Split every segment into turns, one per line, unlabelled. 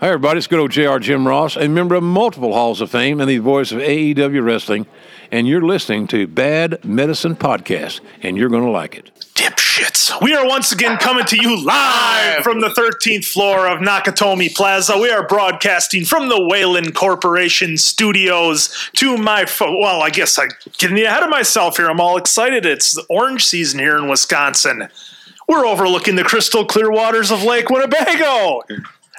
Hi, everybody. It's good old JR Jim Ross, a member of multiple Halls of Fame and the voice of AEW Wrestling. And you're listening to Bad Medicine Podcast, and you're going to like it.
dipshits. We are once again coming to you live from the 13th floor of Nakatomi Plaza. We are broadcasting from the Whalen Corporation studios to my fo- well, I guess I'm getting ahead of myself here. I'm all excited. It's the orange season here in Wisconsin. We're overlooking the crystal clear waters of Lake Winnebago.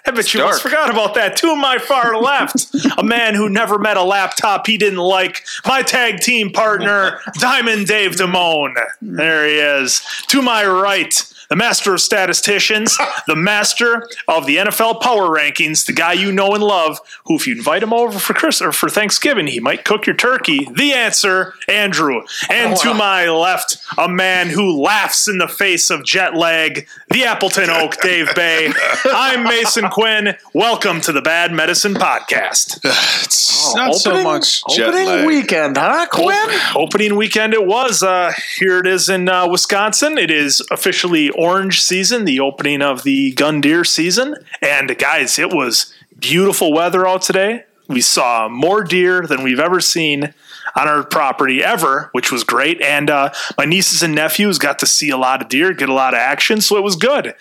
I bet you almost
dark.
forgot about that. To my far left, a man who never met a laptop he didn't like, my tag team partner, Diamond Dave Damone. There he is. To my right, the master of statisticians, the master of the NFL power rankings, the guy you know and love, who if you invite him over for Christmas or for Thanksgiving, he might cook your turkey. The answer, Andrew. And to my left, a man who laughs in the face of jet lag, the Appleton Oak, Dave Bay. I'm Mason Quinn. Welcome to the Bad Medicine Podcast.
It's not so
Opening-
much jet
opening
lag.
weekend, huh, Quinn?
Opening weekend it was. Uh, here it is in uh, Wisconsin. It is officially orange season, the opening of the gun deer season. And guys, it was beautiful weather out today. We saw more deer than we've ever seen on our property ever, which was great. And uh, my nieces and nephews got to see a lot of deer, get a lot of action, so it was good.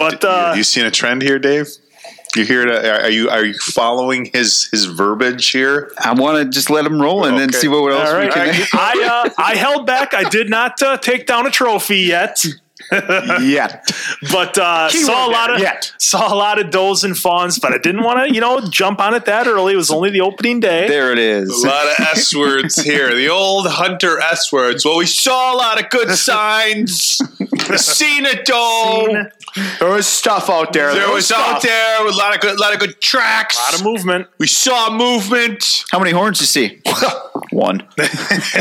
But uh,
you seen a trend here, Dave? You here to? Are you are you following his his verbiage here?
I want to just let him roll and then
Okay.
see what else
All
we
right.
can
I, uh, I held back. I did not uh, take down a trophy yet.
yet.
but uh, saw a lot of
yet.
saw a lot of does and fawns, but I didn't want to, you know, jump on it that early. It was only the opening day.
There it is.
A lot of S words here. The old hunter S words. Well, we saw a lot of good signs. Seen it though.
Seen.
There was stuff out there.
There was out there a lot of good, lot of good tracks.
a lot of movement.
we saw movement.
How many horns you see? One.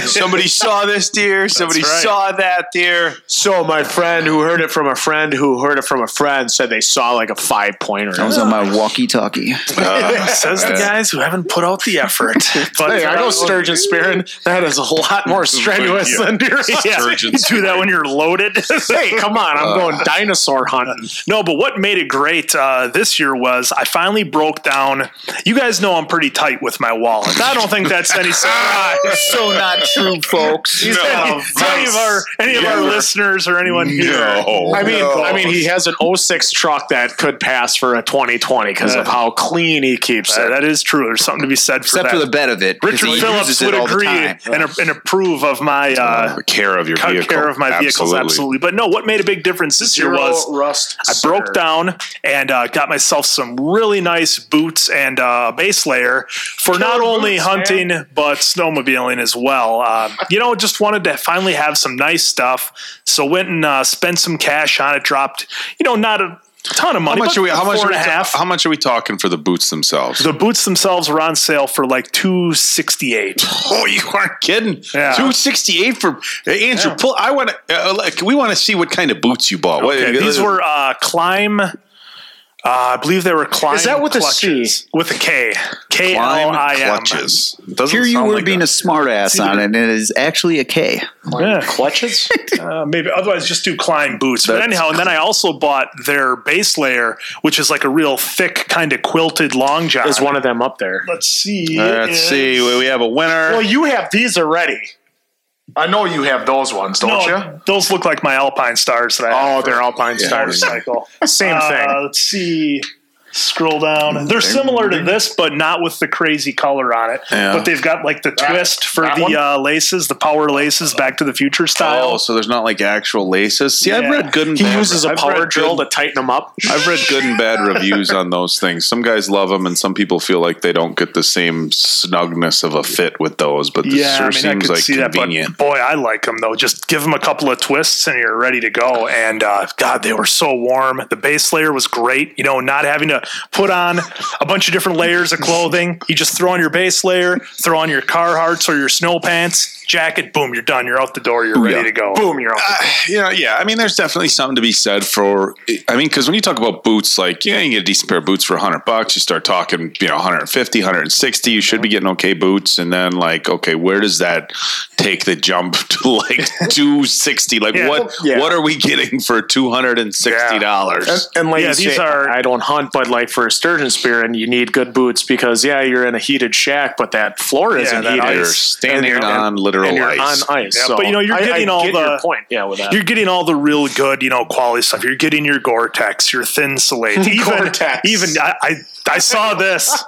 Somebody saw this deer. Somebody
right.
saw that deer.
So my friend who heard it from a friend who heard it from a friend said they saw like a five pointer.
I was on my walkie-talkie.
Says the guys who haven't put out the effort. But
Hey, I
uh,
know Sturgeon Spearing. That is a lot more strenuous
Yeah.
than deer.
yeah,
Sturgeon
you do that when you're loaded.
Hey, come on! I'm going dinosaur hunting.
No, but what made it great uh, this year was I finally broke down. You guys know I'm pretty tight with my wallet. I don't think that's any surprise.
so not true, folks.
No.
any, to any of our any of our
Never.
listeners or anyone here.
No.
I mean,
No.
I mean, he has an 06 truck that could pass for a 2020 because of how clean he keeps
Uh,
it.
that is true. There's something to be said for
Except
that.
for the bed of it. 'cause
Richard
he
Phillips
uses it
would
all the
agree
time.
and, and approve of my uh,
care of your
cut care of my vehicles, absolutely. But no, what made a big difference this year was
rust.
I broke down and uh, got myself some really nice boots and uh, base layer for not only
boots,
hunting but snowmobiling as well. Uh, you know, just wanted to finally have some nice stuff, so went and uh, spent some cash on it. Dropped, you know, not a ton of money.
How much
but
are we? How much
four
are we
and a
ta-
half.
How much are we talking for the boots themselves?
The boots themselves were on sale for like two sixty eight.
oh, you aren't kidding!
Yeah.
Two sixty eight for uh, Andrew. Pull. I want to. Uh, like, we want to see what kind of boots you bought. What-
Okay, these were uh, climb. Uh, I believe they were climb.
that with a C?
clutches. With a K. K L
Lime
I M.
clutches. Doesn't
Here you
sound
were
like
being a,
a-
smart ass on it, and it is actually a K.
Yeah.
clutches.
Uh, maybe otherwise just do climb boots. But
That's
anyhow, and then I also bought their base layer, which is like a real thick kind of quilted long john.
There's one of them up there.
Let's see.
All right, Let's
It
see.
is-
We we have a winner.
you have these already. I know you have those ones, don't
No, those look like my Alpine stars that I have.
Oh, they're Alpine Stars.
motorcycle.
Same
Uh,
thing.
let's see. Scroll down. They're similar to this, but not with the crazy color on it.
Yeah.
But they've got like the twist for
that one?
the uh, laces, the power laces, Back to the Future
Oh,
style.
so there's not like actual laces. See,
Yeah.
I've read good and
He
bad.
uses a
I've
power
read
drill
good-
to tighten them up.
I've read good and bad reviews on those things. Some guys love them, and some people feel like they don't get the same snugness of a fit with those. But this
yeah,
sure
I mean, I
seems
could
like
see that,
convenient.
but boy, I like them though. Just give them a couple of twists and you're ready to go. And uh, God, they were so warm. The base layer was great. You know, not having to put on a bunch of different layers of clothing. You just throw on your base layer, throw on your Carhartts or your snow pants, jacket. Boom, you're done. You're out the door. You're ready to
Booyah.
go.
Boom, you're off.
Uh, yeah, yeah. I mean, there's definitely something to be said for. I mean, because when you talk about boots, like yeah, you get a decent pair of boots for 100 bucks. You start talking, you know, 150, 160. You should be getting okay boots, and then like, okay, where does that take the jump to like 260? Like,
Yeah.
what
Yeah.
what are we getting for 260 dollars?
And, and like
Yeah,
you
these
say,
are-
I don't hunt, but like for a sturgeon spear, and you need good boots because yeah, you're in a heated shack, but that floor isn't
that
heated.
ice.
You're standing
And you're-
on literal
and you're
ice.
on ice.
Yeah,
so
but, you know, you're
I- I
getting all
get
the-
your point. Yeah, with that.
You're getting all the real good, you know, quality stuff. You're getting your Gore-Tex, your thin slate. Even,
Gore-Tex.
even I, I, I saw this.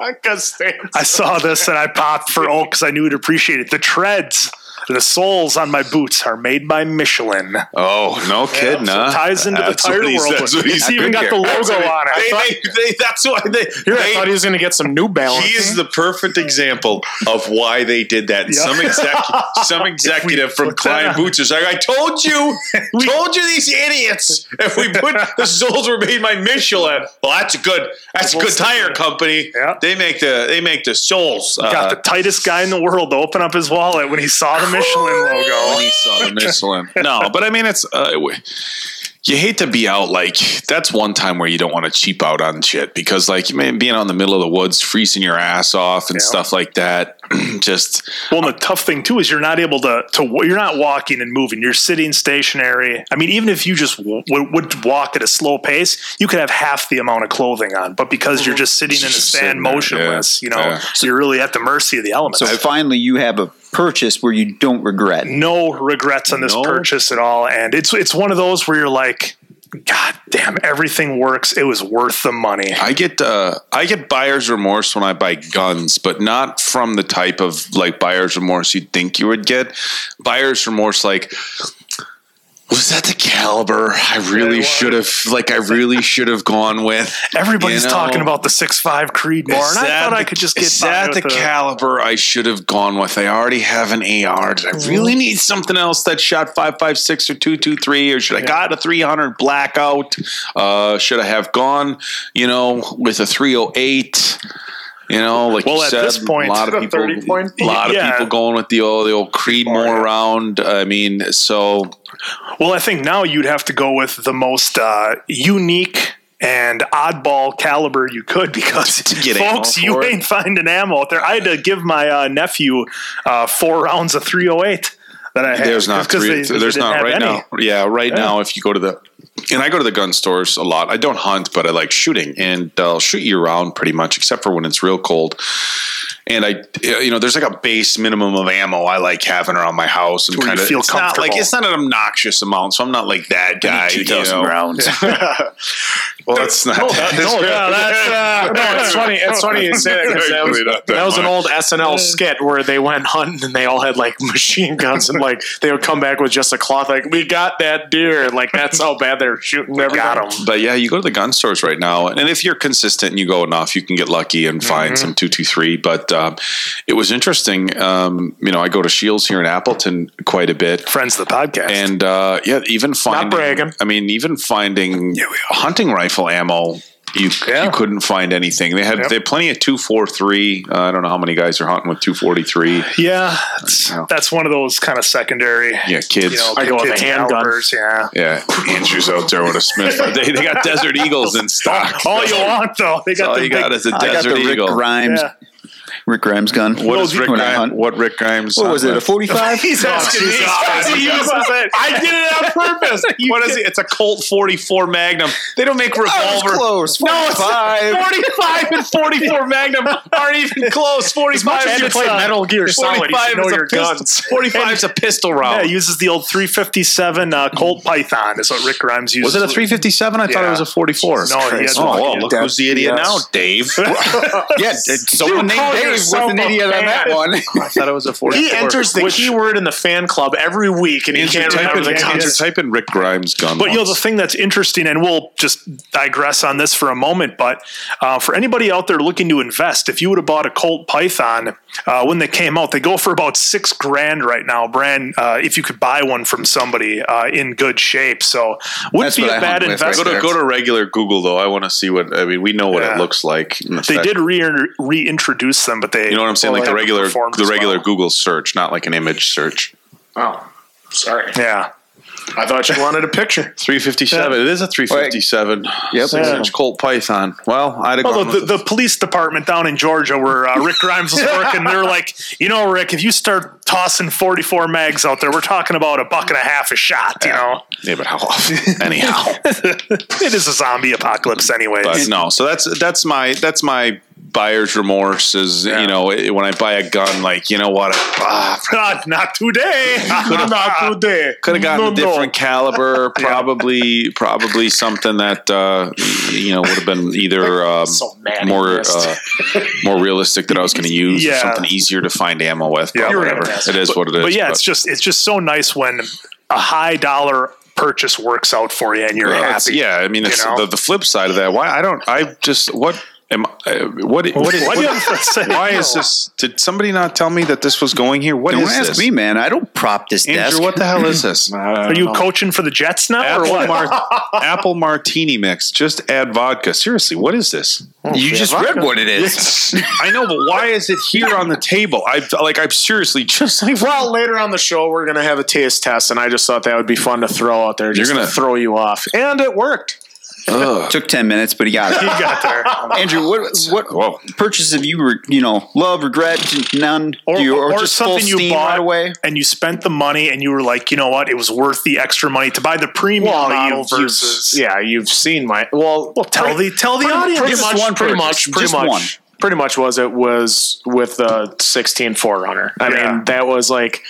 I saw this and I popped for oh because I knew it appreciated the treads. The soles on my boots are made by Michelin.
Oh, no kidding, huh?
ties into the
That's
tire
what he's-
world.
that's what he's
It's even
doing
got
here.
the logo
That's what he-
on it. I
they- they- they- that's why they.
I
they-
thought he was going to get some New Balance.
he is the perfect example of why they did that. And
Yeah.
Some exec, some executive from
put that
Klein
on-
Boots is like, I told you, told you these idiots. If we put the soles were made by Michelin, well, that's a good, that's a
We'll
good
stick with
tire
it.
company.
Yeah.
They make the, they make the uh, soles.
Got the tightest guy in the world to open up his wallet when he saw the Michelin
when
logo.
he saw the Michelin. No, but I mean, it's uh, w- you hate to be out. Like that's one time where you don't want to cheap out on shit because, like, you man, being out in the middle of the woods, freezing your ass off and
Yeah.
stuff like that. just
Well, and the tough thing too is you're not able to to wa- you're not walking and moving. You're sitting stationary. I mean, even if you just w- w- would walk at a slow pace, you could have half the amount of clothing on. But because you're just sitting in the
Just
sand
sitting there,
motionless,
yeah,
you know,
yeah.
so you're really at the mercy of the elements.
So finally, you have a purchase where you don't regret.
no regrets on this
No.
purchase at all. And it's it's one of those where you're like, God damn, everything works. It was worth the money.
I get uh, I get buyer's remorse when I buy guns, but not from the type of like buyer's remorse you'd think you would get. Buyer's remorse, like was that the caliber I really should have like I really should have gone with?
Everybody's
You know,
talking about the six five Creedmoor,
is
and I
that
thought I
the-
could just get
is
by
that the
with a-
caliber I should have gone with? I already have an AR. Did
Mm-hmm.
I really need something else that shot five five six or two two three? Or should I got a three hundred blackout? Uh, should I have gone? You know, with a three hundred eight. You know, like
Well,
you
at
said,
this point-
a lot of
The
people,
30 point?
a lot
Yeah. Oh,
of people going with the old the old Creedmoor
yeah.
round. I mean, so
Well, I think now you'd have to go with the most uh, unique and oddball caliber you could because
get ammo
folks
for
you
it.
ain't finding ammo out there i had to give my uh, nephew uh, four rounds of 308 that i had
There's not
because
three.
they- they
there's
didn't
not
have
right
any.
now. Yeah, right now, if you go to the and I go to the gun stores a lot. I don't hunt, but I like shooting, and I'll shoot you around pretty much, except for when it's real cold. And I, you know, there's like a base minimum of ammo I like having around my house, and
Where you
kind of
feel
it's not like
comfortable.
it's not an obnoxious amount, so I'm not like that guy. you know.
rounds.
Well, that's not. that-
no, Oh, yeah, that's, uh, no, it's funny. It's funny you say that 'cause that was,
Really not that
that was an
much.
old SNL skit where they went hunting and they all had like machine guns and like they would come back with just a cloth like we got that deer and like that's how bad they're shooting. Everything.
got him
But yeah, you go to the gun stores right now, and if you're consistent and you go enough, you can get lucky and find some two two three. But um, it was interesting. Um, you know, I go to Shields here in Appleton quite a bit,
friends of the podcast
and uh, yeah, even finding.
bragging.
I mean, even finding hunting rifle ammo. You, you couldn't find anything. They had they had plenty of two four three. Uh, I don't know how many guys are hunting with two forty three.
yeah that's,
know.
that's one of those kind of secondary
Yeah, kids.
you know
I go with
kids
a handgun.
calibers, yeah
yeah, Andrew's out there with a Smith. They, they got Desert Eagles in stock.
all Oh, you want though they got
All
the
you
big
got is a
I got the
Desert
Rick
Eagle.
Grimes.
yeah.
Rick Grimes gun.
What is Rick
When I
Grimes?
hunt-
What Rick Grimes?
What was it? A forty-five?
he's
Oh,
asking me he uses it
I did it on purpose. what is it? It's a Colt 44 Magnum. They don't make
I was
revolver.
close.
No, it's
45.
45 and 44 Magnum aren't even
oh,
close. 45
If you
is
play
uh,
a-
Metal Gear Solid, you
45
should know
is a
your
pistol-
guns.
45 is a pistol
Yeah,
round.
he uses the old 357 uh, Colt Python. Is what Rick Grimes uses.
was it a 357? I thought
Yeah.
it was a 44.
No, he has
oh,
one.
well, look
That-
who's the idiot
yes.
now, Dave.
Yeah, someone named
call
Dave was
yourself
an
a
idiot on that
fan.
one.
I thought it was a 44.
He enters the keyword in the fan club every week and he
Andrew,
can't
type in,
remember the
Andrew,
concept.
type in Rick Grimes gun.
But you know
once.
the thing that's interesting, and we'll just digress on this for a moment. But uh, for anybody out there looking to invest, if you would have bought a Colt Python uh, when they came out, they go for about six grand right now, brand. Uh, if you could buy one from somebody uh, in good shape, so wouldn't
That's
be
what
a
I
bad
hung with right
investment.
Go to, go to regular Google though. I want to see what I mean. We know what
Yeah.
it looks like. In
They
fact,
did re- reintroduce them, but they
You know what I'm saying?
well,
like
they
the regular,
performed
the
as
regular
well.
Google search, not like an image search.
Oh, sorry.
Yeah.
I thought you wanted a picture.
357. It is a 357.
Yep.
Six inch Colt Python. Well, I'd have
Well,
gone
the,
with
the, the police department down in Georgia where uh, Rick Grimes was working, they were like, you know, Rick, if you start tossing 44 mags out there, we're talking about a buck and a half a shot, you know?
Yeah, but how often? Anyhow.
It is a zombie apocalypse anyways.
But no, so that's that's my that's my buyer's remorse is you know it- when I buy a gun like you know what I
not, not today.
Not today.
could have gotten
No,
a
no.
different caliber probably probably something that uh, you know would have been either um,
So mad he
more
missed.
uh, more realistic that I was going to use or
Yeah.
something easier to find ammo with but
You were
whatever
gonna ask.
it is what it is
But yeah, it's just it's just so nice when a high dollar purchase works out for you and you're
Yeah, it's-
happy.
uh, yeah, I mean, it's
know?
the, the flip side of that. Why I don't, I just what am I, what? What is?
Why
What,
do you have to say
why is
no?
this? Did somebody not tell me that this was going here? What is
Don't ask
this?
me, man. I don't prop this
Andrew,
desk.
what the hell is this?
Are you coaching for the Jets now or
Apple,
what?
mar- apple martini mix. Just add vodka. Seriously, what is this?
you just read what it is.
I know, but why is it here on the table? I like. I'm seriously just like.
Well, later on the show, we're gonna have a taste test, and I just thought that would be fun to throw out there, just
gonna-
to throw you off, and it worked.
Took ten minutes, but he got it.
You got there.
Andrew, what what
Whoa.
purchase have you re- you know love regret none
Or,
you,
or,
just full
something you
steam
bought
right away?
and you spent the money and you were like, you know what, it was worth the extra money to buy the premium model versus.
yeah, you've seen my well. Well,
Tell the tell the
pretty,
audience.
pretty much,
one
pretty
purchase.
much, pretty
Just
much,
one.
pretty much was it was with the 16 Forerunner. I
Yeah.
mean, that was like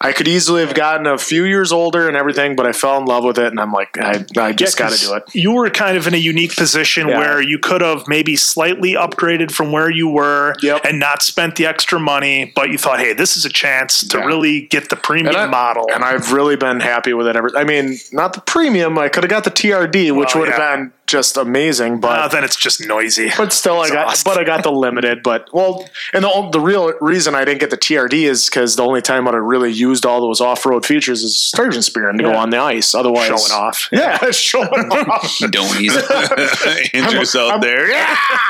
I could easily have gotten a few years older and everything, but I fell in love with it, and I'm like, I, I just got to do it.
You were kind of in a unique position
Yeah.
where you could have maybe slightly upgraded from where you were
Yep.
and not spent the extra money, but you thought, hey, this is a chance to
Yeah.
really get the premium
I-
model.
And I've really been happy with it. Ever, I mean, not the premium. I could have got the TRD, which
Well,
would have
yeah.
been just amazing. But
Ah, then it's just noisy.
But still, I got.
Exhaust.
But I got the limited. But well, and the o- the real reason I didn't get the TRD is because the only time I'd have really used all those off road features is sturgeon spearing to go
Yeah.
on the ice. Otherwise,
Showing off.
Yeah, showing off.
Don't use it.
Andrew's out there.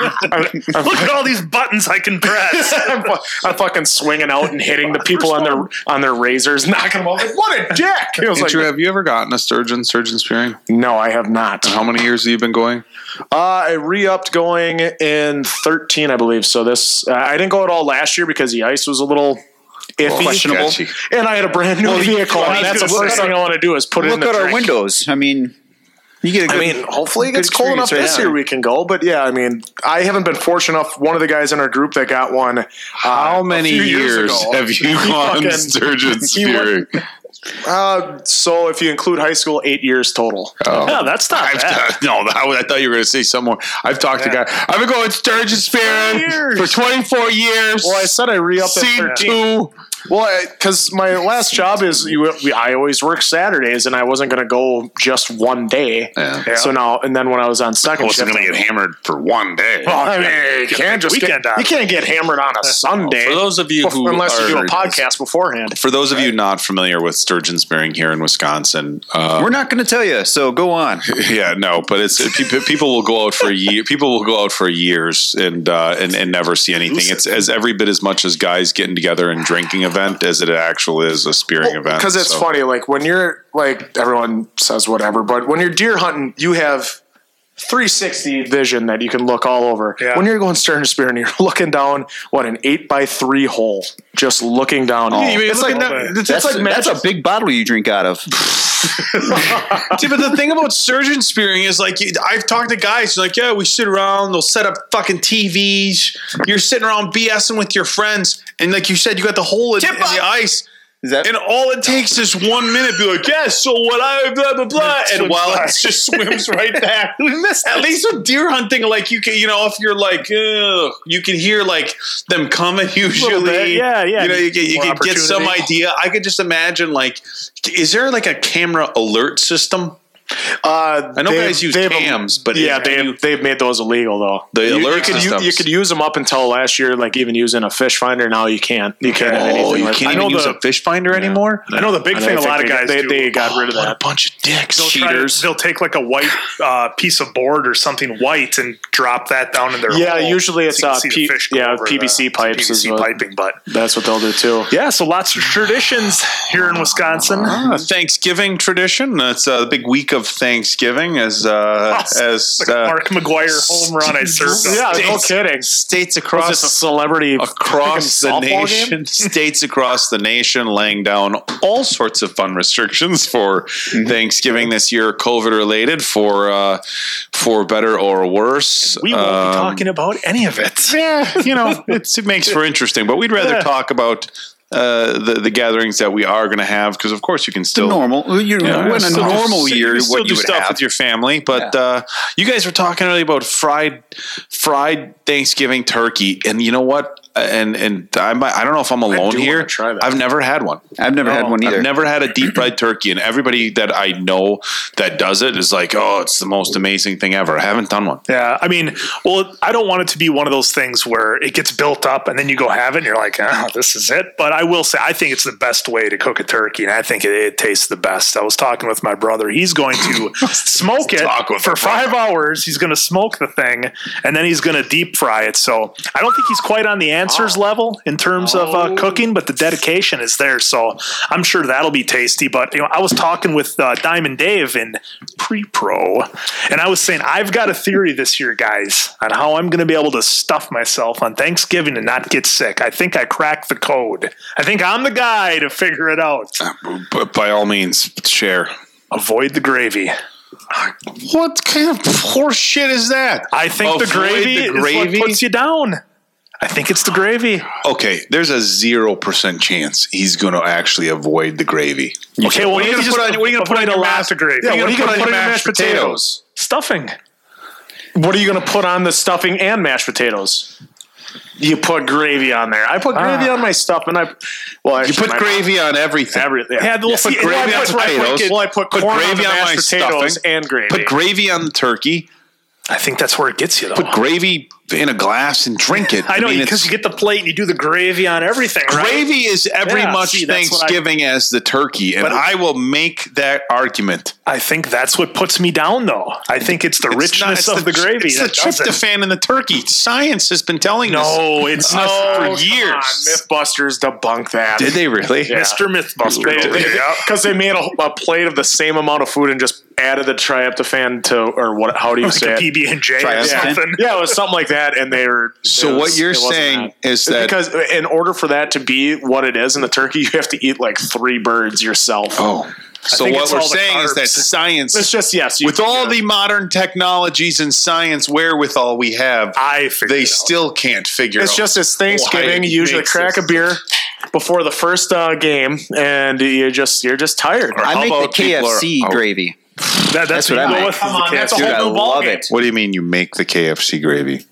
Look at all these buttons I can press.
I'm, fu- I'm fucking swinging out and hitting the people on their on their razors, knocking them off. Like, what a dick! It was
Andrew,
like,
have you ever gotten a sturgeon, sturgeon spearing?
no, I have not.
How many years have you been going?
Uh, I re-upped going in 13, I believe. So this, uh, I didn't go at all last year because the ice was a little iffy,
questionable.
Sketchy.
and I had a brand new vehicle.
I was
And that's the
gonna
first
say.
thing I want to do is put it in
Look
the
at our
drink.
windows. I mean, you get a good.
I mean, hopefully it gets
good
cold enough
experience
this
right
year
now.
we can go. But yeah, I mean, I haven't been fortunate enough. One of the guys in our group that got one. uh,
How
a
many
few
years,
ago.
have you
He
gone
fucking-
sturgeon
he
spearing?
went- Uh, so if you include high school, eight years total.
Oh.
yeah, that's not
I've
bad.
done- no, that was- I thought you were going to say some more. I've talked to guy. I've been going sturgeon spearing
Years.
for 24 years.
Well, I said I re-upped at
C
13.
two.
Well, because my last job is you, we, I always work Saturdays, and I wasn't going to go just one day.
Yeah.
So now, and then when I was on second shift, Oh,
gonna get hammered for one day.
I mean, you can't just get,
Weekend out.
you can't get hammered on a Sunday
Oh, for those of you who
unless you do
are-
a podcast beforehand.
For those of you not familiar with sturgeon spearing here in Wisconsin, uh,
we're not going to tell you, so go on.
yeah, no, but it's people, people will go out for year. People will go out for years and uh, and and never see anything. It's as every bit as much as guys getting together and drinking event as it actually is a spearing event.
Because it's
so.
funny, like when you're like everyone says whatever, but when you're deer hunting, you have 360 vision that you can look all over.
Yeah.
When you're going stern to spear and you're looking down, what an eight by three hole, just looking down. it's like that, it's
That's,
like
that's
magic.
a big bottle you drink out of.
Yeah, but the thing about surgeon spearing is like you- I've talked to guys like, yeah, we sit around, they'll set up fucking TVs. You're sitting around BSing with your friends, and like you said, you got the hole in, in the ice.
Is that
And all it takes is one minute. Be like, yeah, so what I blah blah blah, and while it just swims right back. At least with deer hunting, like you can, you know, if you're like, ugh, you can hear like them coming usually.
bit, yeah, yeah.
You know, you can, you
More
can get some
opportunity.
idea. I could just imagine like, is there like a camera alert system?
Uh,
I know
they-
guys use
they've-
cams, but
yeah,
if you-
they've, they've made those illegal though.
The
you,
alert
you could,
systems.
You, you could use them up until last year, like even using a fish finder. Now you can't. You can't. have
oh,
anything
you
like-
can't
I know
even use
the-
a fish finder anymore.
I know the big
I
thing a
think
lot of
they-
guys
they,
do.
they got rid of
What a
that.
bunch of dicks,
They'll, try to-
cheaters.
they'll take like a white uh, piece of board or something white and drop that down in their
Yeah,
hole
usually it's,
you can
uh,
see the
P-
fish go
yeah,
over
PVC
the-
pipes is
PVC
what-
piping, but
That's what they'll do too.
yeah, so lots of traditions here in Wisconsin.
Ah, Thanksgiving tradition. That's uh, the big week of Thanksgiving, as uh, as
like
uh,
Mark McGuire home run I served.
Yeah,
up.
no kidding.
states
Was this a
across
celebrity
across the
freaking softball game?
nation, states across the nation, laying down all sorts of fun restrictions for Thanksgiving this year, COVID related, for uh, for better or worse.
we won't
Um,
be talking about any of it.
yeah, you know, it's, it makes for interesting. But we'd rather talk about uh, the the gatherings that we are going to have because, of course, you can
The
still
normal. You know,
yeah,
when a
still do-
normal
still-
year,
can still
what
do
you would
stuff
have.
with your family. But uh, you guys were talking earlier about fried fried Thanksgiving turkey, and you know what? And and I'm, I don't know if I'm alone
do
here.
wanna try that.
I've never had one.
I've never had one either.
I've never had a deep fried turkey, and everybody that I know that does it is like, "Oh, it's the most amazing thing ever." I haven't done one.
Yeah, I mean, well, I don't want it to be one of those things where it gets built up and then you go have it and you're like, oh, this is it. But I will say, I think it's the best way to cook a turkey, and I think it, it tastes the best. I was talking with my brother; he's going to smoke it
Talk with
for
my brother.
five hours. He's going to smoke the thing, and then he's going to deep fry it. So I don't think he's quite on the answers level in terms of uh, cooking, but the dedication is there. So I'm sure that'll be tasty. But you know, I was talking with uh, Diamond Dave in pre-pro, and I was saying I've got a theory this year, guys, on how I'm going to be able to stuff myself on Thanksgiving and not get sick. I think I cracked the code. I think I'm the guy to figure it out.
But by all means, share.
Avoid the gravy.
What kind of horse shit is that?
I think the
Avoid
gravy,
the
is
gravy?
what puts you down. I think it's the gravy.
okay, there's a zero percent chance he's going to actually avoid the gravy.
Okay, well,
What are you
you
gonna
just
put on- what are you gonna put on
avoid
your
a lot
mashed-
of gravy.
Yeah,
What
what
are you
gonna
gonna
put on
put
your
in
mashed potatoes?
Stuffing.
What are you going to put on the stuffing and mashed potatoes? You put gravy on there. I put gravy on my stuff, and I well,
Ah. You put gravy on everything.
Everything.
Yeah, well, see,
well,
gravy
I
on
put, well, I put-
potatoes.
well, I put,
Put
corn on
gravy
the
on my
mashed potatoes
stuffing.
and gravy.
Put gravy on the turkey.
I think that's where it gets you, though.
Put gravy in a glass and drink it.
I know
mean,
because
it's-
you get the plate and you do the gravy on everything, right?
gravy is every
Yeah,
much
see, that's what I-
Thanksgiving as the turkey, and
But-
I will make that argument.
I think that's what puts me down, though. I think it's the
It's not-
richness
it's
of the, gravy.
It's the
that does it.
tryptophan in the turkey. Science has been telling us.
No, it's
No.
not.
for
Oh, come
years.
on, MythBusters debunked that.
Did they really?
Mr. Mythbuster. over here.
Because they made a, a plate of the same amount of food and just added the triaptophan to, or what? How do you
Like a
say it?
PB and J
Try
or
it.
something.
Yeah, it was something like that, and they were.
So
it was-
what you're
it wasn't
saying is
It's
that-
because in order for that to be what it is in the turkey, you have to eat like three birds yourself.
Oh, so
think
what
it's
we're
all the
saying is that
carbs.
science
It's just yes, you
with
can
all
do
the modern technologies and science wherewithal we have,
I figured it
they
out.
still can't figure
It's
out.
just it's Thanksgiving.
why it
You usually
makes
crack
this.
a beer before the first uh, game, and you just you're just tired.
I
How
make
about
the
people are-
KFC
oh.
gravy.
That- that's,
That's what I
you go
mean.
with
Come
the
on,
cat.
that's a
Dude,
whole
I
new ball
love
game.
it.
What do you mean you make the KFC gravy?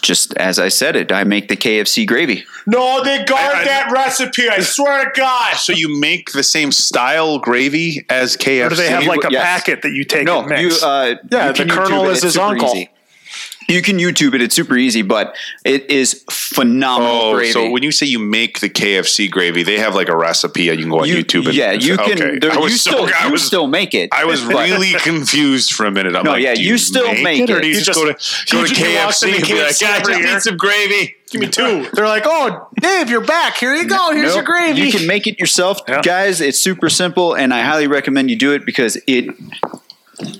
Just as I said it, I make the KFC gravy.
No, they guard that recipe. I swear to God.
So you make the same style gravy as KFC?
Or do they have like a
Yes.
packet that you take
No,
and mix?
you. Uh,
Yeah,
you
the
can YouTube
Colonel
it.
is
It's
his
super
uncle.
easy. You can YouTube it. It's super easy, but it is phenomenal
Oh,
gravy.
so when you say you make the KFC gravy, they have like a recipe and you can go on
You-
YouTube. And,
yeah, you
okay.
can. there-
I was
you
so-
still,
I
you
was,
still make it.
I was
but-
really confused for a minute. I'm
No,
like,
yeah,
do
you still make
Or
it.
do you
You
just,
just-
go to, go to
just walks
KFC
into
and be like,
KFC
"Yeah, I
every
just
year."
need some gravy.
Give me two.
They're like, oh, Dave, you're back. Here you go.
Nope.
Here's your gravy.
You can make it yourself, guys. It's super simple, and I highly recommend you do it because it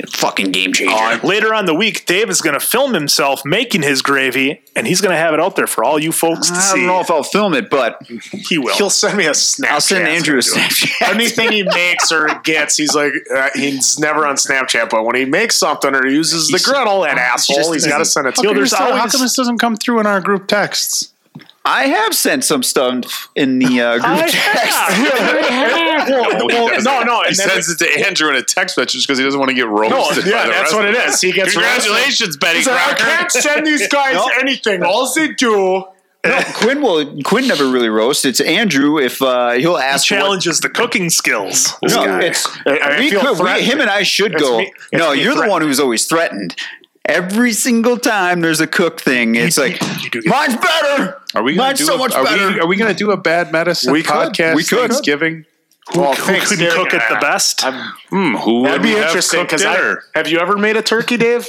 fucking game changer.
Oh,
Later on the week, Dave is going to film himself making his gravy, and he's going to have it out there for all you folks to
I
see.
don't know if I'll film it, but
he will.
He'll send me a snap.
I'll send Andrew a Snapchat.
Anything he makes or gets, he's like uh, he's never on Snapchat. But when he makes something or uses the griddle, that asshole,
just-
he's got to send it to.
Yo,
me.
there's always
this doesn't come through in our group texts?
I have sent some stuff in the uh, group text.
Well, well, no, no,
He
and then
sends it to Andrew in a text message because he doesn't want to get roasted.
yeah,
by the
that's
rest
what
of
it
us.
is. He gets roasted.
Congratulations, Betty
He's like, I
Crocker.
can't send these guys
Nope.
anything. All they do
Quinn will. Quinn never really roasts. It's Andrew. If uh, he'll ask, what-
Challenges the cooking skills.
no,
guy.
it's
I- I
we
feel
could, we,
threatened.
him and I should
It's
go.
me- it's
no,
me
you're the
threatened.
one who's always threatened. Every single time there's a cook thing, it's like
you do get-
mine's better.
Are we going
mine's
to do
so
a,
much
are
better?
We, are we going to do a bad medicine
We could.
podcast?
We could.
Thanksgiving.
Well,
Who couldn't cook it the best?
Hmm, who
That'd be
would have
interesting
cooked
because
dinner?
have you ever made a turkey, Dave?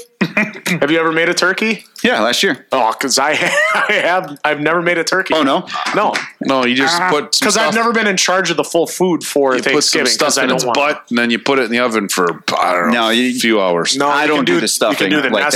have you ever made a turkey?
Yeah, last year.
Oh, because I, I have. I've never made a turkey.
Oh no,
no,
no, you just put some
because I've
stuff-
Ah, never been in charge of the full food for
you put some
Thanksgiving.
stuff
Because I
in
don't
its
want.
butt, and then you put it in the oven for I don't know
No,
a
you-
few hours.
No,
I
you
don't
can
do,
do-
the
you
stuffing
can do the
like
Nesco.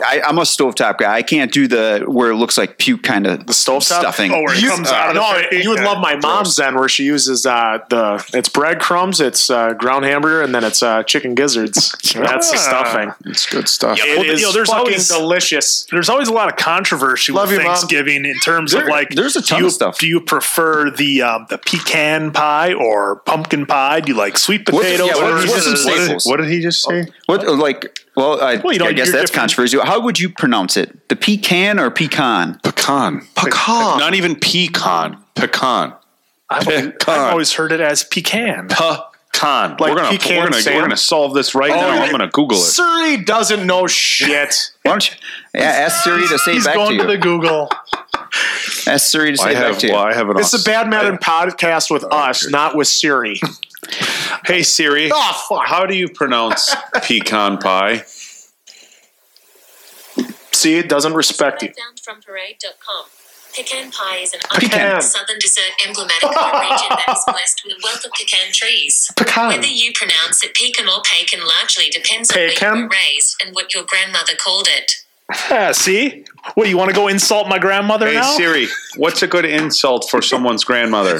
that. But I, I'm a stovetop guy. I can't do the where it looks like puke kind of the
stovetop?
stuffing.
Oh, where it comes out of the
no,
turkey?
you would
Yeah.
love my mom's then, where she uses uh, the it's breadcrumbs, it's uh, ground hamburger, and then it's uh, chicken gizzards. That's the stuffing.
It's good stuff.
It
Well, you
is
know, there's
fucking
always-
delicious.
There's always a lot of controversy
Love
with
you, Mom.
Thanksgiving in terms of
There-
like
there's a
do
ton
you-
of stuff.
Do you prefer the um, the pecan pie or pumpkin pie? Do you like sweet
What's-
potatoes?
yeah, what- what's some
versus-
staple- Staples.
What did he just say?
What like? Well, I,
you know,
I guess
you're
that's
different-
controversial. How would you pronounce it? The pecan or pecan?
Pecan.
Pecan.
Not even pecan. Pecan.
I've, always- I've
Pecan.
always heard it as pecan.
Pecan. we're gonna
pecan
we're gonna,
Sam?
we're gonna solve this right now. I'm gonna Google it.
Surrey doesn't know shit.
Why don't you yeah, ask Siri to say it
He's
back to
going
you?
to, the Google.
ask Siri to say
I
it back
have.
to you.
Well, I have an.
it's a bad Madden podcast with us, not with Siri.
Hey Siri.
oh fuck!
How do you pronounce pecan pie?
See, it doesn't respect you.
Found from parade.com. Pecan pie is an
Pecan.
iconic southern dessert emblematic of a region that is blessed with a wealth of pecan trees.
Pecan.
Whether you pronounce it pecan or pecan largely depends on where
Pecan?
you were raised and what your grandmother called it.
Yeah, see? What, you want to go insult my grandmother
Hey
now?
Siri, what's a good insult for someone's grandmother?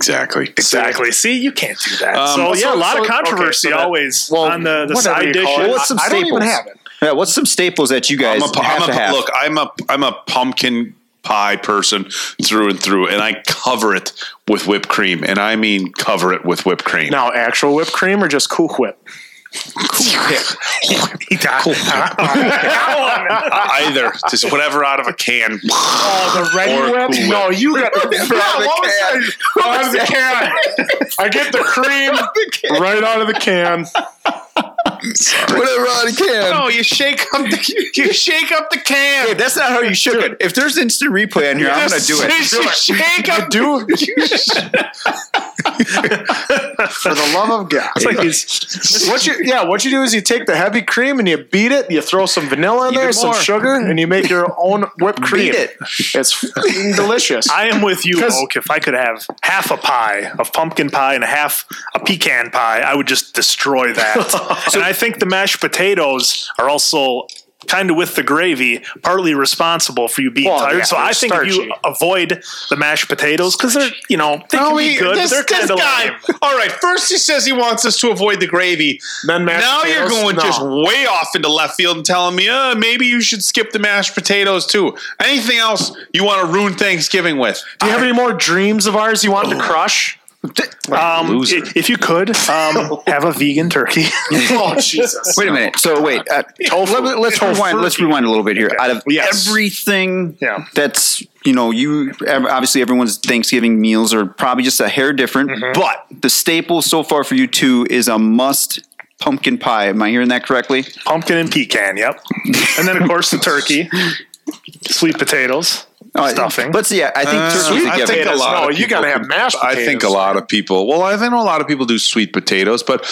exactly.
Exactly. See, you can't do that.
Um,
so,
well,
yeah, a
so-
lot of
so- okay,
controversy
so that-
always on the, the
whatever
side
you call
dishes.
it.
What's some
I don't even
staples?
have it.
Yeah, what's some staples that you guys
I'm a, pu-
have
I'm a
to
pu-
have?
look. I'm a I'm a pumpkin pie person through and through, and I cover it with whipped cream, and I mean cover it with whipped cream.
Now, actual whipped cream or just Cool Whip?
Either just whatever out of a can.
Oh, the ready
Or
whip?
Cool Whip.
No, you got the, yeah, what was that? Out of the can. I get the cream right out of the can.
Whatever I can.
No, you shake up the you shake up the can.
Hey, that's not how you shook it. If there's instant replay on here, I'm gonna do it.
Shake up.
Do for the love of God.
It's like these-
What you yeah, what you do is you take the heavy cream and you beat it, you throw some vanilla in there, some sugar, and you make your own whipped cream.
Beat it.
It's fucking delicious.
I am with you,
'Cause-
Oak. If I could have half a pie of pumpkin pie and half a pecan pie, I would just destroy that. and I think the mashed potatoes are also kind of with the gravy, partly responsible for you being
Well,
tired.
yeah,
so I think if you
starchy.
avoid the mashed potatoes because they're you know they can be good, but they're kind of lame.
All right, first he says he wants us to avoid the gravy.
Then mashed
now you're
potatoes?
going
No.
just way off into left field and telling me, uh, maybe you should skip the mashed potatoes too. Anything else you want to ruin Thanksgiving with?
Do you have any more dreams of ours you want to crush?
Oh. Um,
Loser.
i- if you could um, have a vegan turkey,
Oh Jesus!
Wait a minute. So wait, uh, Let, us rewind. Let's rewind a little bit here. Out of
Yes.
everything,
Yeah.
that's you know, you ev- obviously everyone's Thanksgiving meals are probably just a hair different,
Mm-hmm.
but the staple so far for you two is a must pumpkin pie. Am I hearing that correctly?
pumpkin and pecan. Yep, and then of course the turkey, sweet potatoes.
All right,
Stuffing.
Let's see. Yeah, I think turkey's a
Uh, I think
given.
a lot.
No,
of
you
people
gotta have
could-
mashed
I think a
potatoes.
lot of people. Well, I think a lot of people do sweet potatoes, but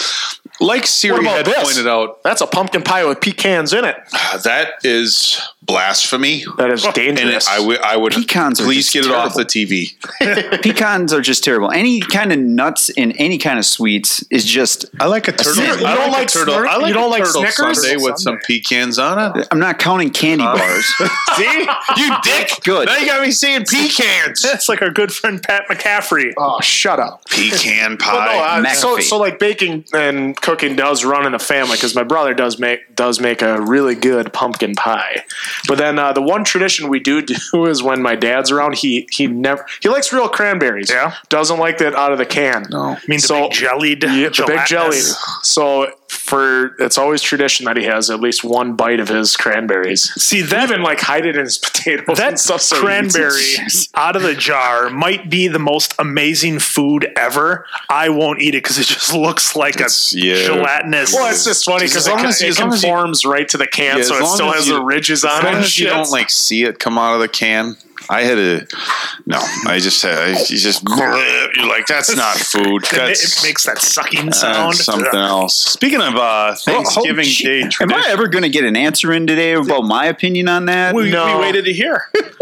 like
What
Siri
about
had
this?
pointed out,
That's a pumpkin pie with pecans in it.
uh, that is blasphemy.
That is
And
dangerous.
it, I would, I would
Pecans are
please
just
get it off
terrible.
the TV.
Pecans are just terrible. Any kind of nuts and any kind of sweets is just.
I like a turtle.
You don't- you
I
don't
a
like
turtle.
Slurp-
I like
you don't
a
like
turtle
Snickers?
Sunday with some pecans on it.
I'm not counting candy bars.
See,
You dick.
Good.
Now you got me saying pecans.
That's like our good friend Pat McCaffrey.
oh, shut up.
Pecan
Well,
pie.
no, uh, so,
McAfee.
so like baking and cooking does run in the family because my brother does make does make a really good pumpkin pie. But then uh, the one tradition we do do is when my dad's around, he he never he likes real cranberries.
Yeah.
doesn't like that out of the can.
No.
I mean, the
So-
big jellied,
Yeah, the big jelly.
gelatinous.
So for it's always tradition that he has at least one bite of his cranberries.
See that
Even like hide it in his potatoes.
that
and stuff so he eats it.
cranberry out of the jar might be the most amazing food ever. I won't eat it because it just looks like
It's-
a
yeah.
gelatinous.
Well, it's just funny
As
because it,
long
con-
as you-
it
as long as you-
conforms right to the can,
Yeah,
so
as
it
long
still
as
has
you-
the ridges
As
on it.
long
and
as you
shit.
don't like see it come out of the can. I had a no. I just had. I, you just
uh,
you're like that's not food.
It-
That's
it makes that sucking
uh,
sound. Oh,
something else. Speaking of uh, Thanksgiving Day
Am
tradition,
I ever going to get an answer in today about my opinion on that?
We,
No.
we waited to hear.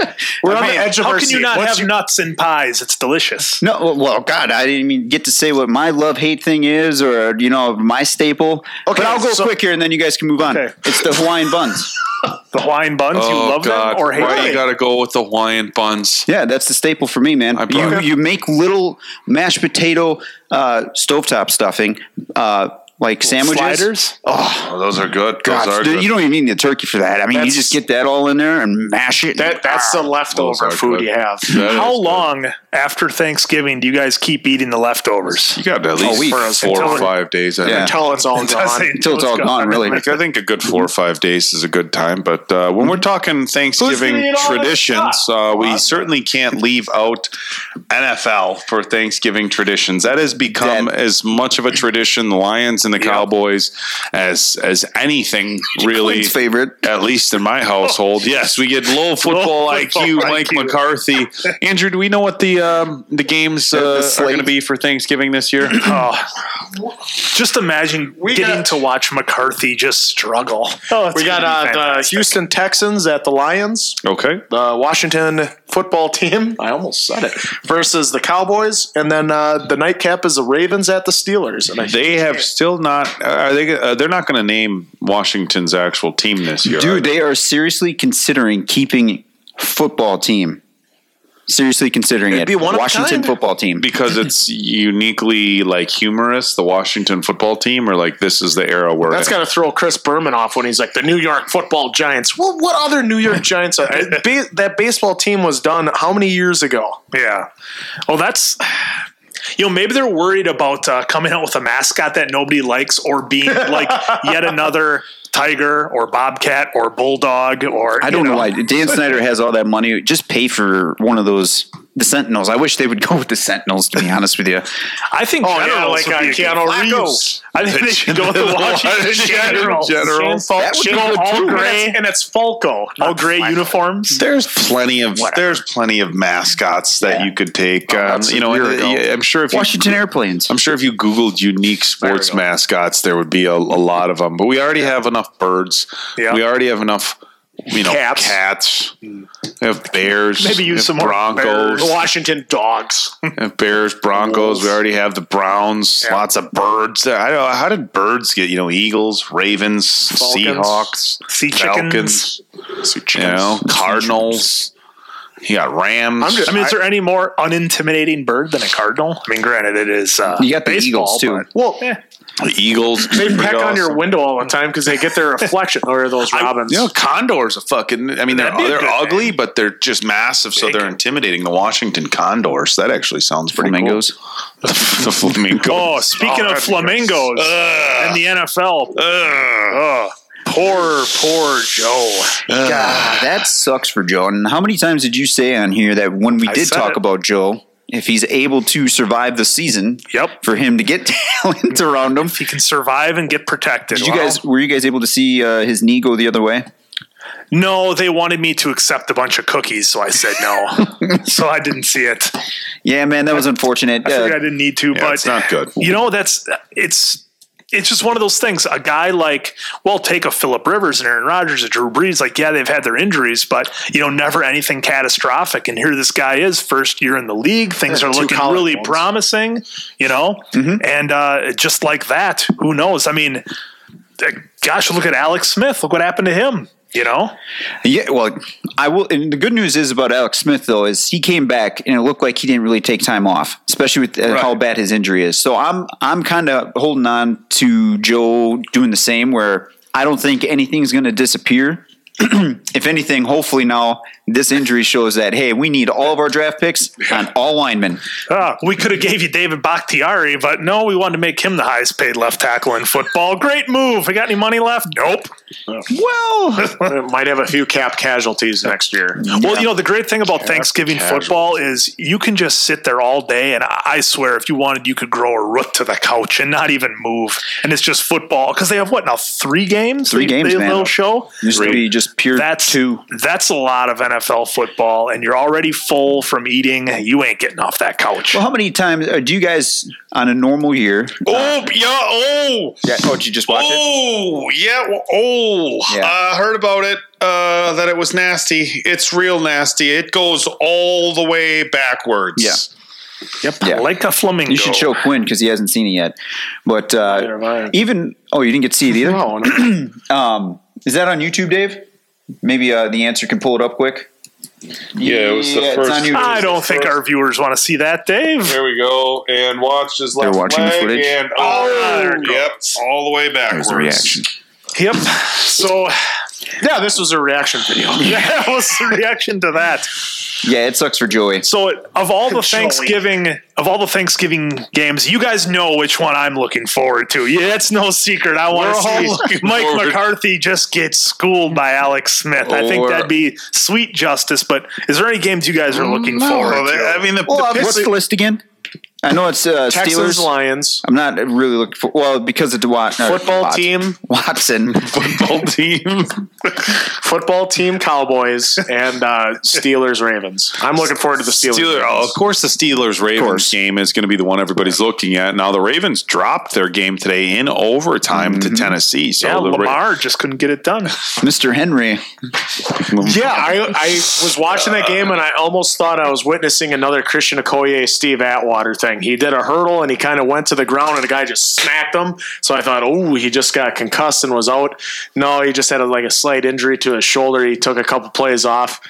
We're on
Man,
the edge of
how
our
can
seat.
you not
What's
have
your-
nuts in pies? It's delicious.
No, well, well, God, I didn't even get to say what my love hate thing is, or you know, my staple. Okay, but I'll go
so-
quick here, and then you guys can move on.
Okay.
It's the Hawaiian buns.
The Hawaiian buns,
Oh,
you love
God.
them or hate
Why
them?
you got to go with the Hawaiian buns?
Yeah, that's the staple for me, man.
I brought
You
it.
you make little mashed potato uh, stovetop stuffing, uh, like sandwiches.
Sliders?
Oh, those are good.
God,
those are
dude,
good.
you don't even need the turkey for that. I mean,
That's-
you just get that all in there and mash it.
That, that's the
are
leftover food
good.
you have.
That
How
is good.
long after Thanksgiving do you guys keep eating the leftovers?
You got at least
week.
four
Until
or
it-
five days. I
Yeah.
think.
Until it's all gone.
until it's all gone, really.
Like, I think a good four or five days is a good time. But uh, when we're talking
eat
Thanksgiving
all this
traditions, uh, we certainly can't leave out NFL for Thanksgiving traditions. That has become
That-
as much of a tradition, the Lions and the Cowboys, as as anything really.
Clint's favorite.
At least in my household, yes, we get low football,
Low football
IQ. Mike
IQ.
McCarthy, Andrew, do we know what the um, the games
the
uh, are
slate.
going to be for Thanksgiving this year?
Oh. Just imagine getting to watch McCarthy just struggle. Oh,
We got uh, the Houston Texans at the Lions,
okay,
the Washington football team. I almost said it. Versus the Cowboys, and then uh, the nightcap is the Ravens at the Steelers. And I,
They have still not. Are they? Uh, they're not going to name Washington's actual team this year,
Dude,
are
they are seriously considering keeping football team. Seriously considering it.
be one of a
Washington
kind.
football team.
because it's uniquely like humorous. The Washington football team, or like this is the era where
that's got to throw Chris Berman off when he's like the New York Football Giants. Well, what other New York Giants? Are, ba- that baseball team was done how many years ago?
Yeah. Well, Oh, that's. You know, maybe they're worried about uh, coming out with a mascot that nobody likes or being like yet another tiger or bobcat or bulldog or.
I
you
don't know. why Dan Snyder has all that money. Just pay for one of those the Sentinels. I wish they would go with the Sentinels. To be honest with you,
I think
Oh, yeah,
generals would
like,
be
uh,
a good-
Keanu
Flacco.
Reeves.
I think they should go with the Washington Generals.
Generals.
Shane Fal-
That would be
Shane
good,
all
too.
gray and it's Falco, all gray uniforms.
There's plenty of there's plenty of mascots that you could take. um,
that's
you
a
know,
year ago.
yeah, I'm sure if you
Washington Airplanes.
I'm sure if you Googled unique sports
There we go.
mascots, there would be a, a lot of them. But we already have enough birds.
Yeah. Hmm.
We already have enough, you know,
Cats.
cats. We have bears.
Maybe
we
use
have
some more
Broncos.
The Washington Dogs.
We have bears, Broncos. We already have the Browns. Lots of birds. I don't know. How did birds get? You know, Eagles, Ravens, Seahawks,
Sea
Falcons. You know, Cardinals. You got Rams.
I mean, is there any more unintimidating bird than a cardinal? I mean, granted, it is. Uh,
You got the
baseball,
Eagles, too.
but-
Well,
the Eagles.
they peck on your
Awesome.
window all the time because they get their reflection or those robins.
You know, condors are fucking. I mean, they're
That'd be a
they're
good
ugly, but they're just massive, so they're intimidating. The Washington condors. That actually sounds pretty
Flamingos.
cool. the flamingos.
Oh, speaking of flamingos and the NFL, Ugh. Oh, poor, poor Joe.
God, that sucks for Joe. And how many times did you say on here that when we did
said
talk
it.
about Joe, if he's able to survive the season,
Yep.
for him to get talent
Mm.
around him?
He can survive and get protected.
Did you
Well,
guys were you guys able to see uh, his knee go the other way?
No, they wanted me to accept a bunch of cookies, so I said no. so I didn't see it.
Yeah, man, that was unfortunate.
I figured I
Uh,
didn't need to,
Yeah,
but
it's not good.
You know, that's it's it's just one of those things. A guy like, well, take a Philip Rivers and Aaron Rodgers and Drew Brees. Like, yeah, they've had their injuries, but you know, never anything catastrophic. And here this guy is, first year in the league. Things are looking
collar
really
bones.
promising. You know,
Mm-hmm.
and uh, just like that, who knows? I mean, uh, gosh, look at Alex Smith. Look what happened to him. You know,
yeah, well, I will. And the good news is about Alex Smith though is he came back and it looked like he didn't really take time off, especially with uh, how bad his injury is. So I'm I'm kind of holding on to Joe doing the same, where I don't think anything's going to disappear. if anything, hopefully now this injury shows that hey, we need all of our draft picks on all linemen.
Oh.
Ah, we could have gave you David Bakhtiari, but no, we wanted to make him the highest paid left tackle in football. Great move. We got any money left? Nope.
Well,
It might have a few cap casualties next year.
Well, you know, the great thing about Thanksgiving football is you can just sit there all day, and I I swear, if you wanted, you could grow a root to the couch and not even move. And it's just football because they have what now three games?
Three
They-
games,
they
man.
Little show.
this would be just pure
That's
two.
That's a lot of NFL football, and you're already full from eating. You ain't getting off that couch.
Well, how many times uh, do you guys on a normal year?
Oh, yeah. Oh,
Yeah, oh, did you just watch it?
oh, yeah. well, Oh,
Yeah.
I heard about it. Uh, that it was nasty. It's real nasty. It goes all the way backwards.
Yeah.
yep.
yeah.
Like a flamingo.
You should show Quinn because he hasn't seen it yet. But
Neither have
uh,
I.
even oh, you didn't get to see it either.
No, no.
Um, is that on YouTube, Dave? Maybe uh, the answer can pull it up quick.
Yeah, it was the
it's
first-
on YouTube.
I don't think our viewers want to see that, Dave.
There we go. And watch his left
watching the
leg
footage.
And, oh,
Ah, there it
yep. All the way backwards.
Yep. So
yeah, this was a reaction video.
that was the reaction to that.
Yeah, it sucks for Joey.
So it- of all the Thanksgiving of all the Thanksgiving games, you guys know which one I'm looking forward to. Yeah, it's no secret. I want
We're all
to see
looking
Mike
forward.
McCarthy just get schooled by Alex Smith. I think
Or-
that'd be sweet justice. But is there any games you guys are looking forward to?
I mean, the,
Well, uh,
the
what's the list again? I know it's uh,
Texans,
Steelers.
Lions,
I'm not really looking for well because it's Wat- or
football
Wat-
team,
Watson.
football team.
football team, Cowboys, and uh, Steelers, Ravens. I'm looking forward to the Steelers.
Steelers, oh, of course, the Steelers Ravens game is going to be the one everybody's looking at. Now, the Ravens dropped their game today in overtime to Tennessee. So
yeah,
the Ra-
Lamar just couldn't get it done.
Mr. Henry.
Yeah, I, I was watching that game and I almost thought I was witnessing another Christian Okoye Steve Atwater thing. He did a hurdle and he kind of went to the ground and the guy just smacked him. So I thought, oh, he just got concussed and was out. No, he just had a, like a slight injury to his shoulder. He took a couple plays off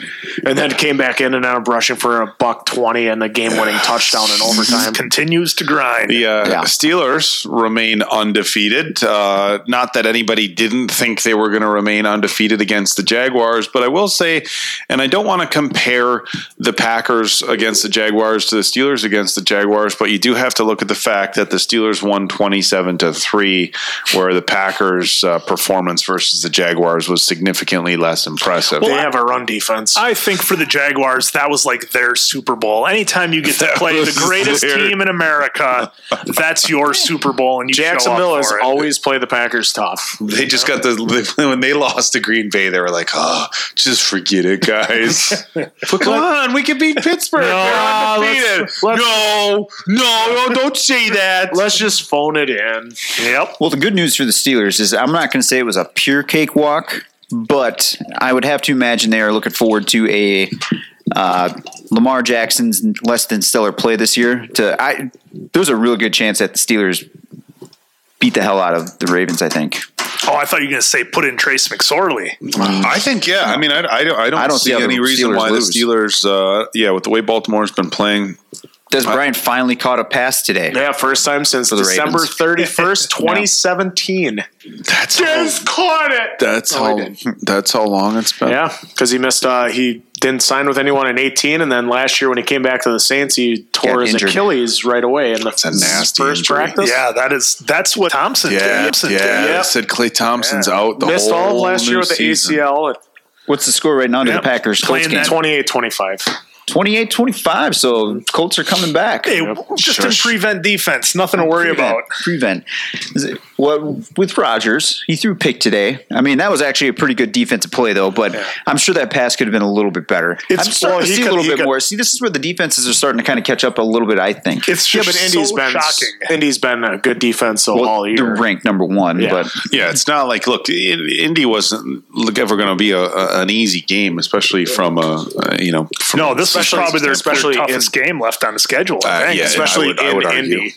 and then came back in and ended up rushing for a buck twenty and a game winning touchdown in overtime.
Continues to grind.
The uh,
Yeah.
Steelers remain undefeated. Uh, not that anybody didn't think they were going to remain undefeated against the Jaguars, but I will say, and I don't want to compare the Packers against the Jaguars to the Steelers against the Jaguars, but you do have to look at the fact that the Steelers won 27 to 3, where the Packers' uh, performance versus the Jaguars was significantly less impressive.
They have a run defense.
I think for the Jaguars, that was like their Super Bowl. Anytime you get to
That
play the
was
greatest
their-
team in America, that's your Super Bowl, and you show up
Jacksonville has
for it.
always played the Packers tough.
They just got the when they lost to Green Bay, they were like, "Oh, just forget it, guys. Come on, we can beat Pittsburgh.
Ah,
They're
let's-
undefeated.
let's-
no, no, no, don't say that.
Let's just phone it in.
Yep.
Well, the good news for the Steelers is I'm not going to say it was a pure cakewalk, but I would have to imagine they are looking forward to a uh, Lamar Jackson's less than stellar play this year. To I, there's a real good chance that the Steelers beat the hell out of the Ravens. I think.
Oh, I thought you were going to say put in Trace McSorley.
I think, yeah. I mean, I, I don't, I don't,
I don't see
see,
how the
any reason
Steelers
why
lose.
the Steelers, uh, yeah, with the way Baltimore's been playing,
Des
Uh,
Bryant finally caught a pass today.
Yeah, first time since
the
December
Ravens.
31st, 2017.
that's
Just caught it.
that's
I
how that's how long it's been.
Yeah, because he missed. Uh, he didn't sign with anyone in 18, and then last year when he came back to the Saints, he tore his
injured.
Achilles right away in the
a nasty
first
injury.
practice.
Yeah, that is that's what Thompson
Yeah,
did. Thompson
yeah.
did.
They said Clay Thompson's out the
missed
whole
all of last year with the ACL.
What's the score right now to
Yeah.
the Packers Colts
Playing
game?
that-
28-25.
28-25, So Colts are coming back.
Hey, just
Sure.
in prevent defense, nothing to worry about.
prevent. Is it- Well, with Rogers, he threw pick today. I mean, that was actually a pretty good defensive play, though. But I'm sure that pass could have been a little bit better.
It's-
I'm starting
well,
to
he
see
could-
a little
he
bit
could-
more. See, this is where the defenses are starting to kind of catch up a little bit. I think
It's
Yeah,
just
but Indy's
so
been
shocking.
Indy's been a good defense
Well,
all year.
they're ranked number one,
Yeah.
but
Yeah, it's not like look, In- Indy wasn't look ever going to be a, a, an easy game, especially from a, a you know. From
No, this was
Especially-
probably their, their
especially
toughest game left on the schedule. I
Uh,
think.
yeah,
especially
I would- I would
in
argue.
Indy.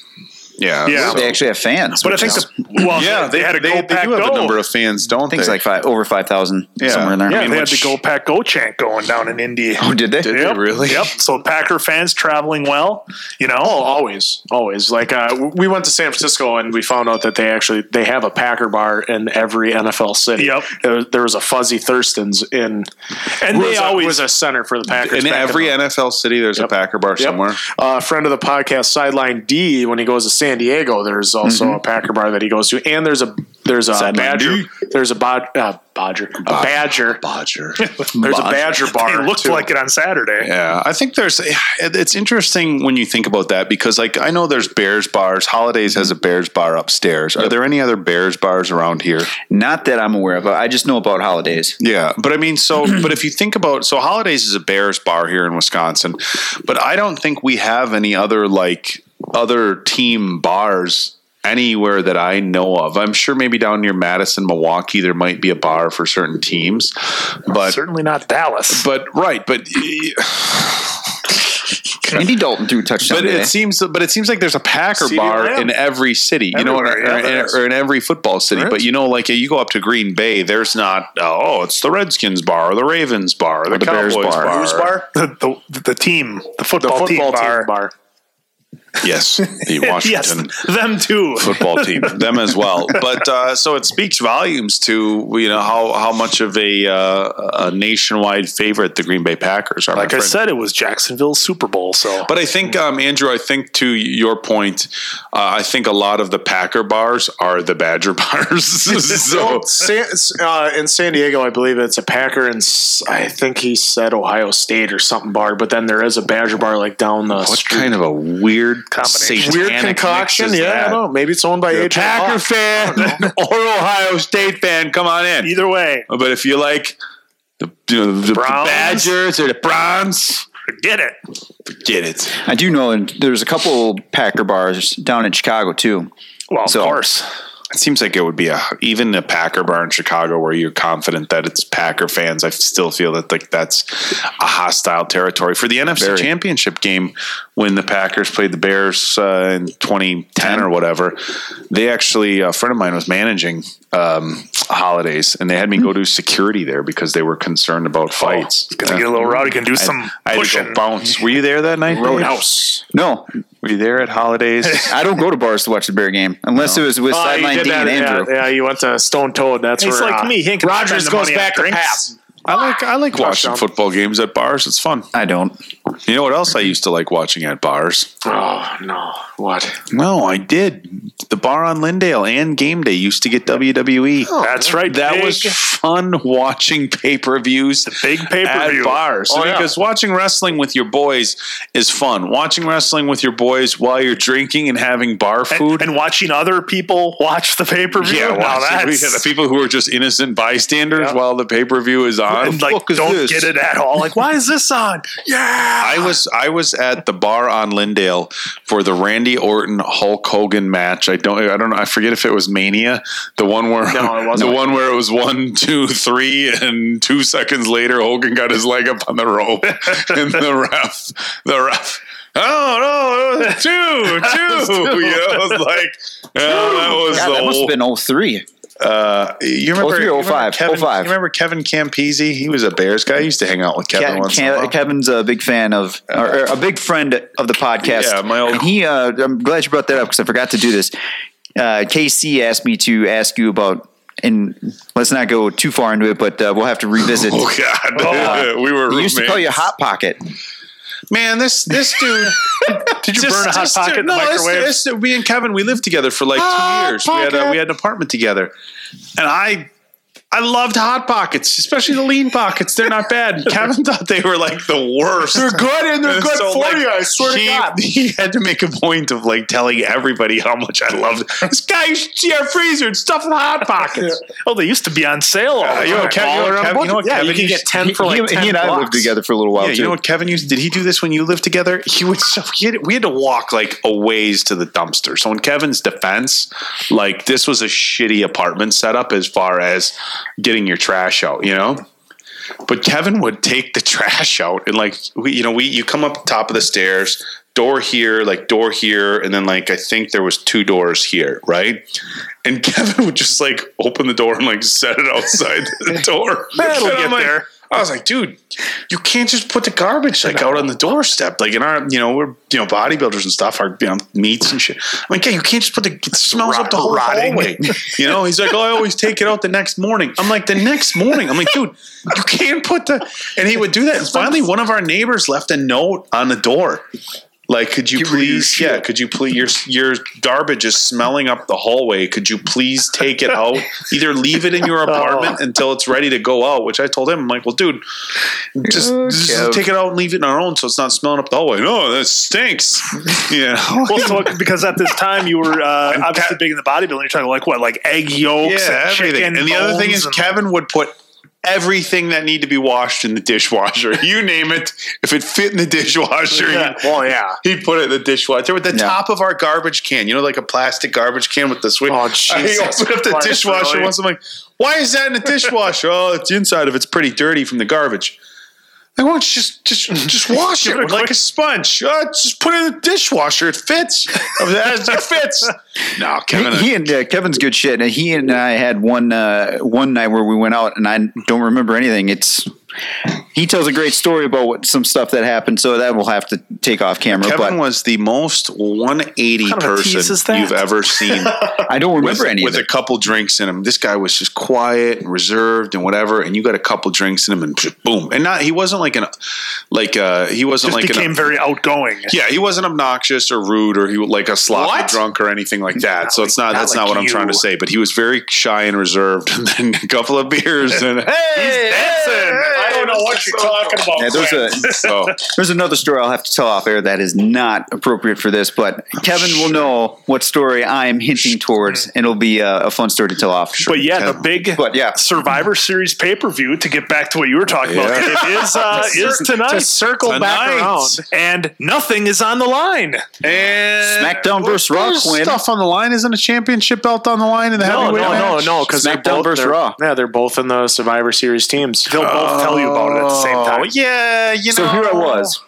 Yeah.
Yeah.
so-
They actually have fans.
But I
which
think
is-
the well,
yeah, they,
had a
they,
go
they
pack
do have
go.
a number of fans, don't
things
they?
like five over five thousand
Yeah.
somewhere in there.
yeah,
I mean,
they had
which-
the go pack go chant going down in Indy.
Oh, did they?
Did
Yep.
they really?
Yep. So Packer fans traveling well, you know.
Oh, always, always. Like uh, w- we went to San Francisco and we found out that they actually they have a Packer bar in every NFL city.
Yep.
There, was- there was a Fuzzy Thurston's in,
And
was
they
a,
always-
was a center for the Packers.
In
back
every
the-
NFL city, there's a
Yep.
Packer bar
Yep.
somewhere.
Uh, friend of the podcast, Sideline D, when he goes to San Diego, there's also a Packer bar that he goes to, and there's a there's a
Sideline
Badger,
D.
there's a bod, uh, Bodger, a Badger,
Bodger.
there's a Badger bar.
It looked
too.
like it on Saturday.
Yeah, I think there's. It's interesting when you think about that because, like, I know there's Bears bars. Holidays has a Bears bar upstairs. Are there any other Bears bars around here?
Not that I'm aware of. I just know about holidays.
Yeah, but I mean, so but if you think about, so Holidays is a Bears bar here in Wisconsin, but I don't think we have any other like other team bars anywhere that I know of. I'm sure maybe down near Madison, Milwaukee, there might be a bar for certain teams, but
Certainly not Dallas.
but right, but
Andy Dalton threw a touchdown.
But
today.
it seems, but it seems like there's a Packer
CD
bar
Lamb.
in every city, you know, or,
Everywhere, yeah,
or-
there is.
or in every football city.
There
But
is.
you know, like you go up to Green Bay, there's not. uh, oh, it's the Redskins bar, or the Ravens bar, or the,
the
Cowboys
Bears
bar.
bar.
Whose bar? The, the, the team, the football, team, bar.
Yes, the Washington.
Yes, them too.
Football team, them as well, but uh, so it speaks volumes to you know how how much of a, uh, a nationwide favorite the Green Bay Packers are. my
Like I
friend.
said, it was Jacksonville's Super Bowl. So
But I think, um, Andrew, I think to your point, uh, I think a lot of the Packer bars are the Badger bars. so,
Well, San, uh, in San Diego, I believe it's a Packer, and s- I think he said Ohio State or something bar. But then there is a Badger bar like down the
what
street.
kind of a weird
Combination.
combination?
weird concoction. Yeah, I don't know. Maybe it's owned by
You're a
H.
Packer fan or Ohio State fan, come on in.
either way,
But if you like the, you know, the
Browns?
Badgers or the Browns,
forget it.
forget it.
I do know there's a couple Packer bars down in Chicago too.
Well, of
So-
course.
It seems like it would be a even a Packer bar in Chicago where you're confident that it's Packer fans. I still feel that like that's a hostile territory for the NFC
Very.
Championship game when the Packers played the Bears uh, in 2010 or whatever. They actually a friend of mine was managing um, holidays and they had me go do security there because they were concerned about fights.
Gonna get a little rowdy. Can do some
uh, I had to
pushing.
go bounce. Were you there that night? Dave?
Roadhouse.
No,
Were you there at holidays?
I don't go to bars to watch the Bear game unless it was with
Oh, you
sideline
did
D
that,
and
yeah,
Andrew.
yeah, you went to Stone Toad. That's
He's
where
like
uh,
me. He ain't gonna spend
Rogers
the
goes
money on
back to
drinks.
pass.
I like I like watching
Touchdown.
football games at bars. It's fun.
I don't.
You know what else I used to like watching at bars?
Oh no! What?
No, I did. The bar on Lindale and Game Day used to get WWE.
That's right.
that
Oh, big,
was fun watching pay per views
big pay per
at
view.
bars.
Oh,
I mean,
yeah.
Because watching wrestling with your boys is fun. Watching wrestling with your boys while you're drinking and having bar
and,
food.
and watching other people watch the pay per view.
yeah,
now
watching-
that's
yeah, the people who are just innocent bystanders
Yeah.
while the pay per view is on.
and
The
like
fuck is
don't
this?
get it at all. Like why is this on? Yeah,
I was I was at the bar on Lindale for the Randy Orton Hulk Hogan match. I don't I don't know I forget if it was Mania, the one where
No, it wasn't.
the one where it was one two three and two seconds later Hogan got his leg up on the rope and the ref the ref. Oh no! It was two, two. you know, it was like yeah, that was
God,
the
that must
whole.
have been 03.
uh, you remember,
03,
you remember
05,
Kevin,
05.
You remember Kevin Campese? He was a Bears guy. He used to hang out with Kevin
Ke-
once. in a
Ke-
while.
Kevin's a big fan of, or, or a big friend of the podcast.
Yeah, my old-
And he, uh, I'm glad you brought that up because I forgot to do this. Uh, KC asked me to ask you about, and let's not go too far into it, but uh, we'll have to revisit.
Oh God, we were.
He used to
roommates.
call you Hot Pocket.
man, this this dude. Did you
burn a hot pocket in the microwave?
This, this, we and Kevin, we lived together for like two years. We had a, we had an apartment together, and I. I loved hot pockets, especially the lean pockets. They're not bad. Kevin thought they were like the worst. They're good and they're good for you. I swear he, to God, he had to make a point of like telling everybody how much I loved this guy. You should see our freezer and stuff with hot pockets.
oh, they used to be on sale. all
Uh,
the
you know,
time.
Kev- you know,
All around
Kev-
the
you know what
book. yeah, you
Kevin
can
used-
get ten for like
he,
ten
he and I
bucks.
lived together for a little while
Yeah,
too.
you know what Kevin used? Did he do this when you lived together? He would. So he had, we had to walk like a ways to the dumpster. So in Kevin's defense, like this was a shitty apartment setup as far as getting your trash out. You know. But Kevin would take the trash out and like we, you know, we you come up top of the stairs, door here, like door here, and then like I think there was two doors here, right? And Kevin would just like open the door and like set it outside the door.
That'll
And
get
I'm like-
there.
I was like, dude, you can't just put the garbage like out on the doorstep. Like in our, you know, we're you know bodybuilders and stuff, our you know, meats and shit. I'm like, yeah, you can't just put the it smells up the whole
rotting.
hallway. You know, he's like, oh, I always take it out the next morning. I'm like, the next morning. I'm like, dude, you can't put the. And he would do that. And finally, one of our neighbors left a note on the door. Like, could you please? Yeah, could you please? Your your garbage is smelling up the hallway. Could you please take it out? Either leave it in your apartment until it's ready to go out. Which I told him, I'm like, well, dude, just,
Kev.
just take it out and leave it in our own, so it's not smelling up the hallway. No, that stinks. Yeah,
Well, so, because at this time you were uh, obviously big in the bodybuilding. You're talking like what, like egg yolks
yeah,
and
everything.
chicken.
And, the other thing
bones
is,
and-
Kevin would put everything that need to be washed in the dishwasher. You name it, if it fit in the dishwasher,
Yeah.
he'd-
Well, yeah.
He put it in the dishwasher with the
Yeah.
top of our garbage can, you know, like a plastic garbage can with the switch.
Oh,
I
Jesus
opened up the
Christ,
dishwasher
really?
once. I'm like, why is that in the dishwasher? oh, it's the inside of it's pretty dirty from the garbage. I won't just just just wash it
it a
with like
quick-
a sponge. Uh, just put it in the dishwasher. It fits. it fits. No, Kevin.
He, he and uh, Kevin's good shit. And he and I had one uh, one night where we went out, and I don't remember anything. It's he tells a great story about what, some stuff that happened, so that will have to take off camera.
Kevin
but
was the most 180
kind of a tease is
person
that?
you've ever seen
I don't remember
with,
any
with
of
a
it.
couple drinks in him. This guy was just quiet and reserved and whatever. And you got a couple drinks in him and just boom. And not he wasn't like an like uh he wasn't
just
like
became
an
very outgoing.
yeah he wasn't obnoxious or rude or he was like a sloppy
What?
drunk or anything like that. so it's not,
not
that's not
like
what I'm trying
you.
to say. But he was very shy and reserved. And then a couple of beers and hey,
I don't know what you're talking about.
Yeah, there's a
so
There's another story I'll have to tell off air that is not appropriate for this, but Kevin will know what story I'm hinting towards, and it'll be a, a fun story to tell off.
but yeah, the big
But yeah,
Survivor Series pay per view. To get back to what you were talking about, it is uh, is tonight.
to circle back
Tonight.
around.
and nothing is on the line.
and
SmackDown versus Raw,
There's
Quinn.
stuff on the line. Isn't a championship belt on the line in the
No,
heavyweight
no, no,
match?
no, because they're
SmackDown
both
versus
they're-
Raw.
Yeah, they're both in the Survivor Series teams.
They'll both tell you about it at the same time.
Oh, yeah, you know.
so here I was.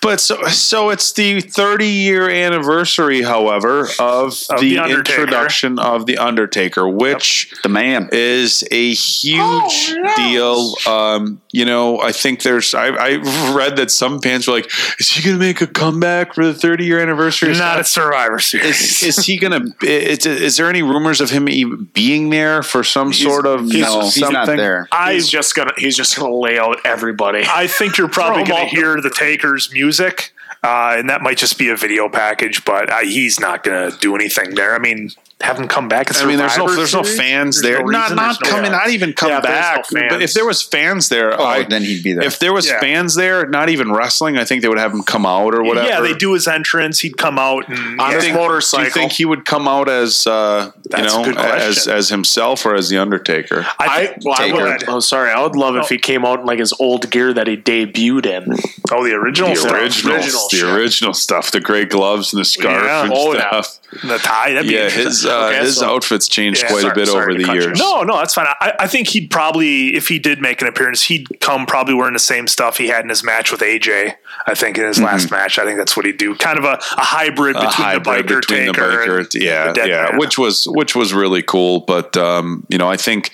But so, so it's the 30 year anniversary, however, of,
Of
the,
The Undertaker.
introduction of The Undertaker, which
The man.
is a huge deal. Um, you know, I think there's, I, I read that some fans were like, is he going to make a comeback for the 30 year anniversary? or
Not at Survivor Series.
is, is he gonna? Is, is there any rumors of him even being there for some sort of
no, he's
something?
not there.
I
He's just gonna he's just gonna lay out everybody.
I think you're probably
Throw 'em
going
all-
to hear the Taker's music, uh, and that might just be a video package. But uh, he's not going to do anything there. I mean, have him come back. And
I mean, there's no there's no
fan.
fans
There's
there.
no
not
reason,
not
there's no-
coming. Not even come
Yeah, there's no
back.
fans.
But if there was fans there, I,
Oh, then he'd be there.
If there was
Yeah.
fans there, not even wrestling, I think they would have him come out or whatever.
Yeah, they do his entrance. He'd come out and
On
yeah.
his
Do you
motorcycle.
think he would come out as uh, you
That's a
know
good question.
as as himself or as the Undertaker?
I,
I,
think
well, I
Taker.
would, oh, sorry. I would love if he came out in like his old gear that he debuted in.
oh, the original,
The
stuff.
original,
original
the
shit.
original stuff, the gray gloves and the scarf
Yeah.
and
Oh, yeah.
stuff.
the tie. That'd be
Yeah,
interesting.
his uh,
Okay,
his
so-
outfits changed
Yeah,
quite
sorry-
a bit
sorry
over
to
the
cut you
years.
No, no, that's fine. I, I think he'd probably, if he did make an appearance, he'd come probably wearing the same stuff he had in his match with AJ. I think in his last match, I think that's what he'd do. Kind of a, a hybrid between
Uh, hybrid
the biker taker, and
t- yeah,
the dead
yeah,
man.
which was which was really cool. But um, you know, I think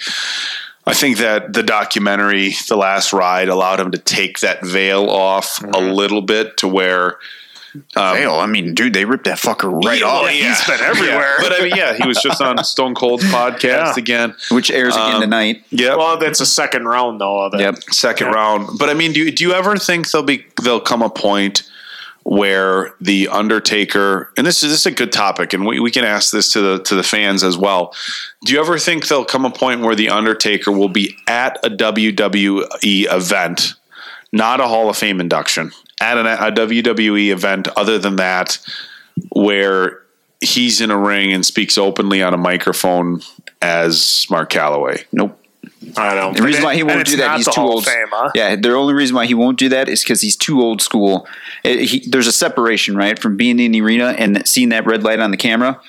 I think that the documentary, The Last Ride, allowed him to take that veil off a
Mm-hmm.
little bit to where
Hell, I mean, dude, they ripped that fucker right
Oh,
off,
yeah. he's been everywhere.
But I mean, yeah, he was just on Stone Cold's podcast
Yeah.
again.
which airs again
Um,
tonight.
Yep.
Well, that's a second round though of it.
Yep.
second round. But I mean, do you, do you ever think there'll be there'll come a point where the Undertaker and this is this is a good topic, and we, we can ask this to the to the fans as well. Do you ever think there'll come a point where the Undertaker will be at a WWE event, not a Hall of Fame induction, at an, a WWE event? Other than that, where he's in a ring and speaks openly on a microphone as Mark Calloway.
Nope.
I don't.
The reason why he
and
won't
it's
do that,
not
he's
the
too
Hall of
old.
Fame, huh?
Yeah, the only reason why he won't do that is because he's too old school. It- he, there's a separation, right, from being in the arena and seeing that red light on the camera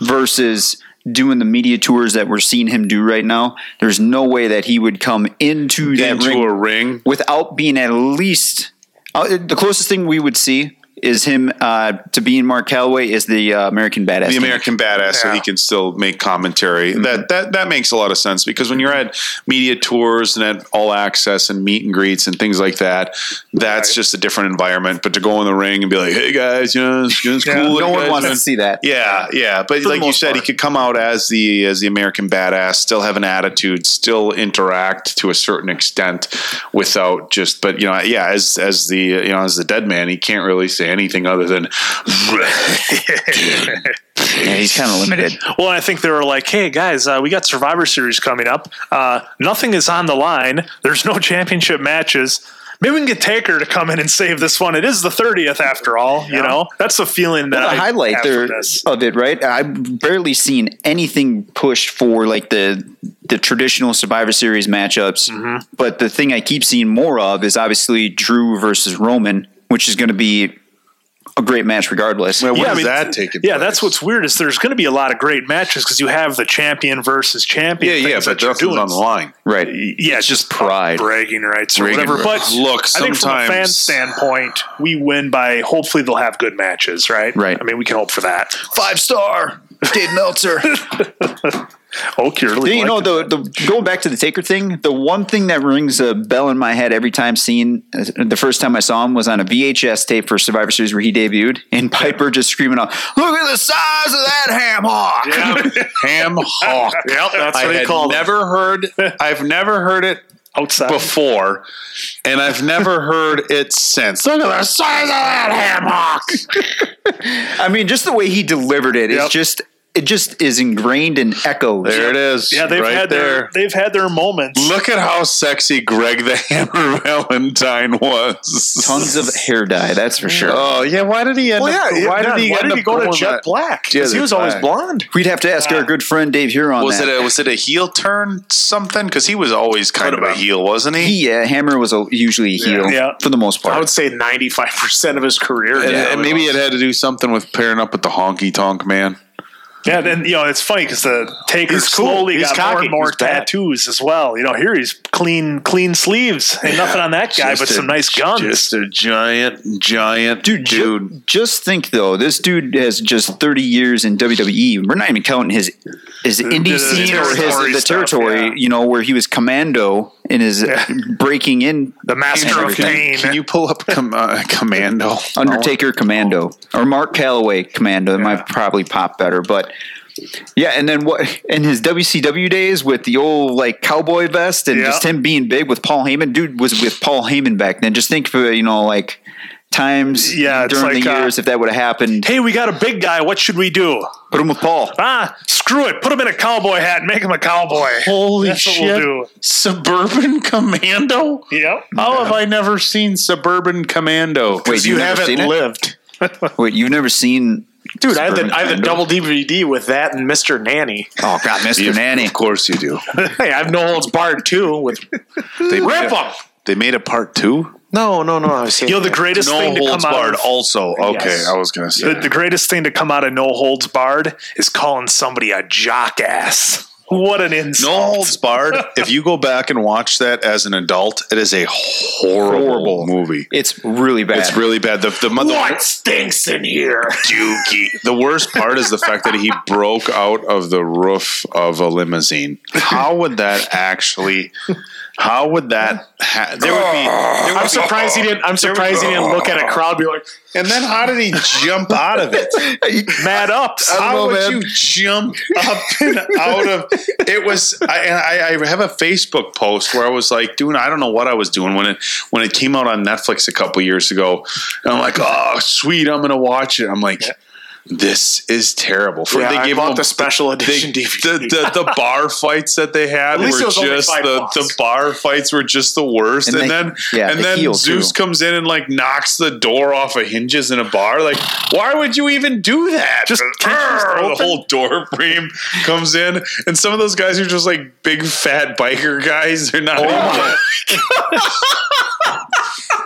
versus doing the media tours that we're seeing him do right now, there's no way that he would come into that
into
ring
a ring.
without being at least uh, the closest thing we would see is him uh, to being Mark Calloway is the uh, American Badass.
The
Team.
American Badass, so
Yeah.
he can still make commentary. That that that makes a lot of sense because when you're at media tours and at all access and meet and greets and things like that, that's just a different environment. But to go in the ring and be like, "Hey guys, you know, it's, it's cool."
No
you
one
guys
wants
doing-
to see that.
Yeah, yeah, but
For the
like you
most
said,
part.
he could come out as the as the American badass, still have an attitude, still interact to a certain extent without just. But you know, yeah, as as the you know as the dead man, he can't really say anything other than
Yeah, he's kind of limited.
Well, I think they were like, "Hey guys, uh, we got Survivor Series coming up. Uh, nothing is on the line. There's no championship matches. Maybe we can get Taker to come in and save this one. It is the 30th, after all. You know, that's the feeling that
the
I
highlight
have
there
from this.
of it, right? I've barely seen anything pushed for like the the traditional Survivor Series matchups. But the thing I keep seeing more of is obviously Drew versus Roman, which is going to be a great match regardless.
Well, what
Yeah, I
does
mean,
that take?
Yeah, that's what's weird is there's going to be a lot of great matches because you have the champion versus champion.
Yeah, yeah,
things
but
that you're
nothing's
doing.
on the line.
right.
Yeah, it's just
Pride.
bragging rights or
Bragging
whatever. But
rights. Look,
I think from a fan
sometimes-
standpoint, we win by hopefully they'll have good matches, right?
Right.
I mean, we can hope for that.
Five star Dave Meltzer.
Oh, you're really
you know
liking
the, the going back to the Taker thing. The one thing that rings a bell in my head every time seeing the first time I saw him was on a VHS tape for Survivor Series where he debuted, and Piper just screaming out, "Look at the size of that ham hock!"
Ham Hawk.
Yep, that's
I
what he
had
called it.
never heard. I've never heard it
outside.
before, and I've never heard it since. Look at the size of that ham hock.
I mean, just the way he delivered it,
Yep.
it's just it just is ingrained and echoes.
There it is.
yeah, they've
right
had their
there.
they've had their moments.
Look at how sexy Greg the Hammer Valentine was.
Tons of hair dye, that's for sure.
Oh yeah, why did he end
Well,
up?
yeah,
why
yeah,
did he,
why
end
did
up
he go to
going
jet
that-
black?
Yeah,
Because he
the
was always
black.
blonde.
We'd have to ask our good friend Dave here on
Was
that.
it uh, a was it a heel turn something? Because he was always kind of a heel, wasn't he?
he, yeah, Hammer was a, usually a heel
Yeah.
for the most part.
I would say ninety five percent of his career.
and,
Yeah,
and maybe it had to do something with pairing up with the honky tonk man.
Yeah, then you know it's funny because the Taker
He's cool.
slowly
He's
got more
cocky.
and more
He's bad.
tattoos as well. You know, here he's clean, clean sleeves and nothing on that guy, but
Just a-
some nice guns.
Just a giant, giant dude.
ju- Just think though, this dude has just 30 years in WWE. We're not even counting his his indie
the
scene or
territory
his the
stuff,
territory,
yeah.
you know, where he was commando in his breaking in
the master of pain.
Can you pull up com- uh, Commando?
Undertaker Commando or Mark Calloway Commando. It might probably pop better, but yeah. And then what? In his WCW days with the old like cowboy vest and
Yeah.
just him being big with Paul Heyman. Dude was with Paul Heyman back then. Just think for you know like times
Yeah, it's
during the
like, uh,
years if that would have happened.
hey, we got a big guy. What should we do?
Put him with Paul.
Ah, screw it. Put him in a cowboy hat and make him a cowboy.
Holy
That's what
shit!
we'll do.
Suburban Commando.
Yep.
How have I never seen Suburban Commando?
Wait,
Because you
you've never
haven't
seen it?
lived.
Wait, you've never seen?
dude, I have the
Superman
I have the
Commando.
double DVD with that and Mister Nanny.
Oh God, Mr. Nanny.
Of course you do.
hey, I have no holds barred too. With
They
rip
made a,
them.
they made a part two.
No, no, no. I was saying
You know, the greatest
No
thing to
holds
come out
barred.
of
Also, okay,
Yes.
I was gonna say.
the, the greatest thing to come out of no holds barred is calling somebody a jock ass. What an
No
insult!
holds barred. if you go back and watch that as an adult, it is a horrible,
Horrible.
movie.
It's really bad.
It's really bad. The the mother
stinks in here?
dookie. The worst part is the fact that he broke out of the roof of a limousine. How would that actually? How would that? Ha- there would be. There would
I'm surprised he didn't. I'm surprised he didn't look at a crowd. and Be like,
be- and then how did he jump out of it?
Mad ups.
How
know,
would
man.
you jump up and out of it was I, and I, I have a Facebook post where I was like doing I don't know what I was doing when it when it came out on Netflix a couple years ago and I'm like oh sweet I'm gonna watch it I'm like this is terrible for
yeah,
they
I
gave
bought
him
the special edition
they-
DVD.
The, the, the bar fights that they had were
least it was
just
only five
the,
bucks.
the bar fights were just the worst and,
And they-
then
yeah,
and
the
then
heel,
Zeus
too.
comes in and like knocks the door off of hinges in a bar like why would you even do that
Just can't you just
Arr, the
open?
whole door frame comes in and some of those guys are just like big
Oh
fat biker guys they're not even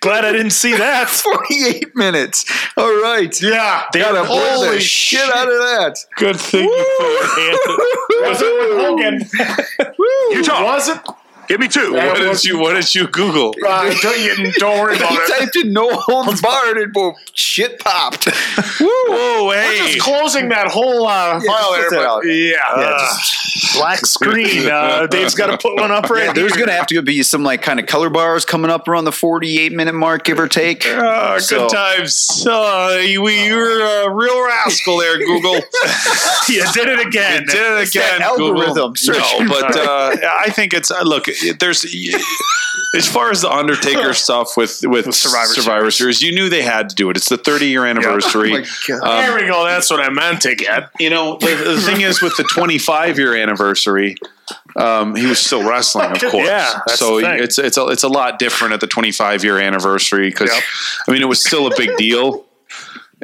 Glad I didn't see that.
48 minutes. All right.
Yeah, they
Gotta blur
holy
the shit out of that.
Good thing
Was it with Hogan?
you talk.
Was it?
Give me two.
That
What did
was-
you What did you Google?
Uh, don't, you, don't worry about
He
it.
typed in no holds barred and boom, shit popped.
Whoa,
Just closing that whole uh, file
just put
there.
that out.
But, yeah.
Uh, black screen. Uh, Dave's got to put one up right
There's going to have to be some like kind of color bars coming up around the 48 minute mark, give or take.
Ah,
So-
good times. Uh, you, you're a real rascal there, Google.
there. You did it
You
again.
did it again,
that
Google.
algorithm searching.
No, but uh, I think it's uh, look. There's as far as the Undertaker stuff with with,
Survivor
Survivor, Series, you knew they had to do it. It's the 30 year anniversary. Um,
Oh there we go. Oh, That's what I meant to get.
you know, the, the thing is with the 25 year anniversary, um, he was still wrestling, of course.
Yeah, that's
so
the thing.
it's it's a, it's a lot different at the 25 year anniversary because I mean it was still a big deal.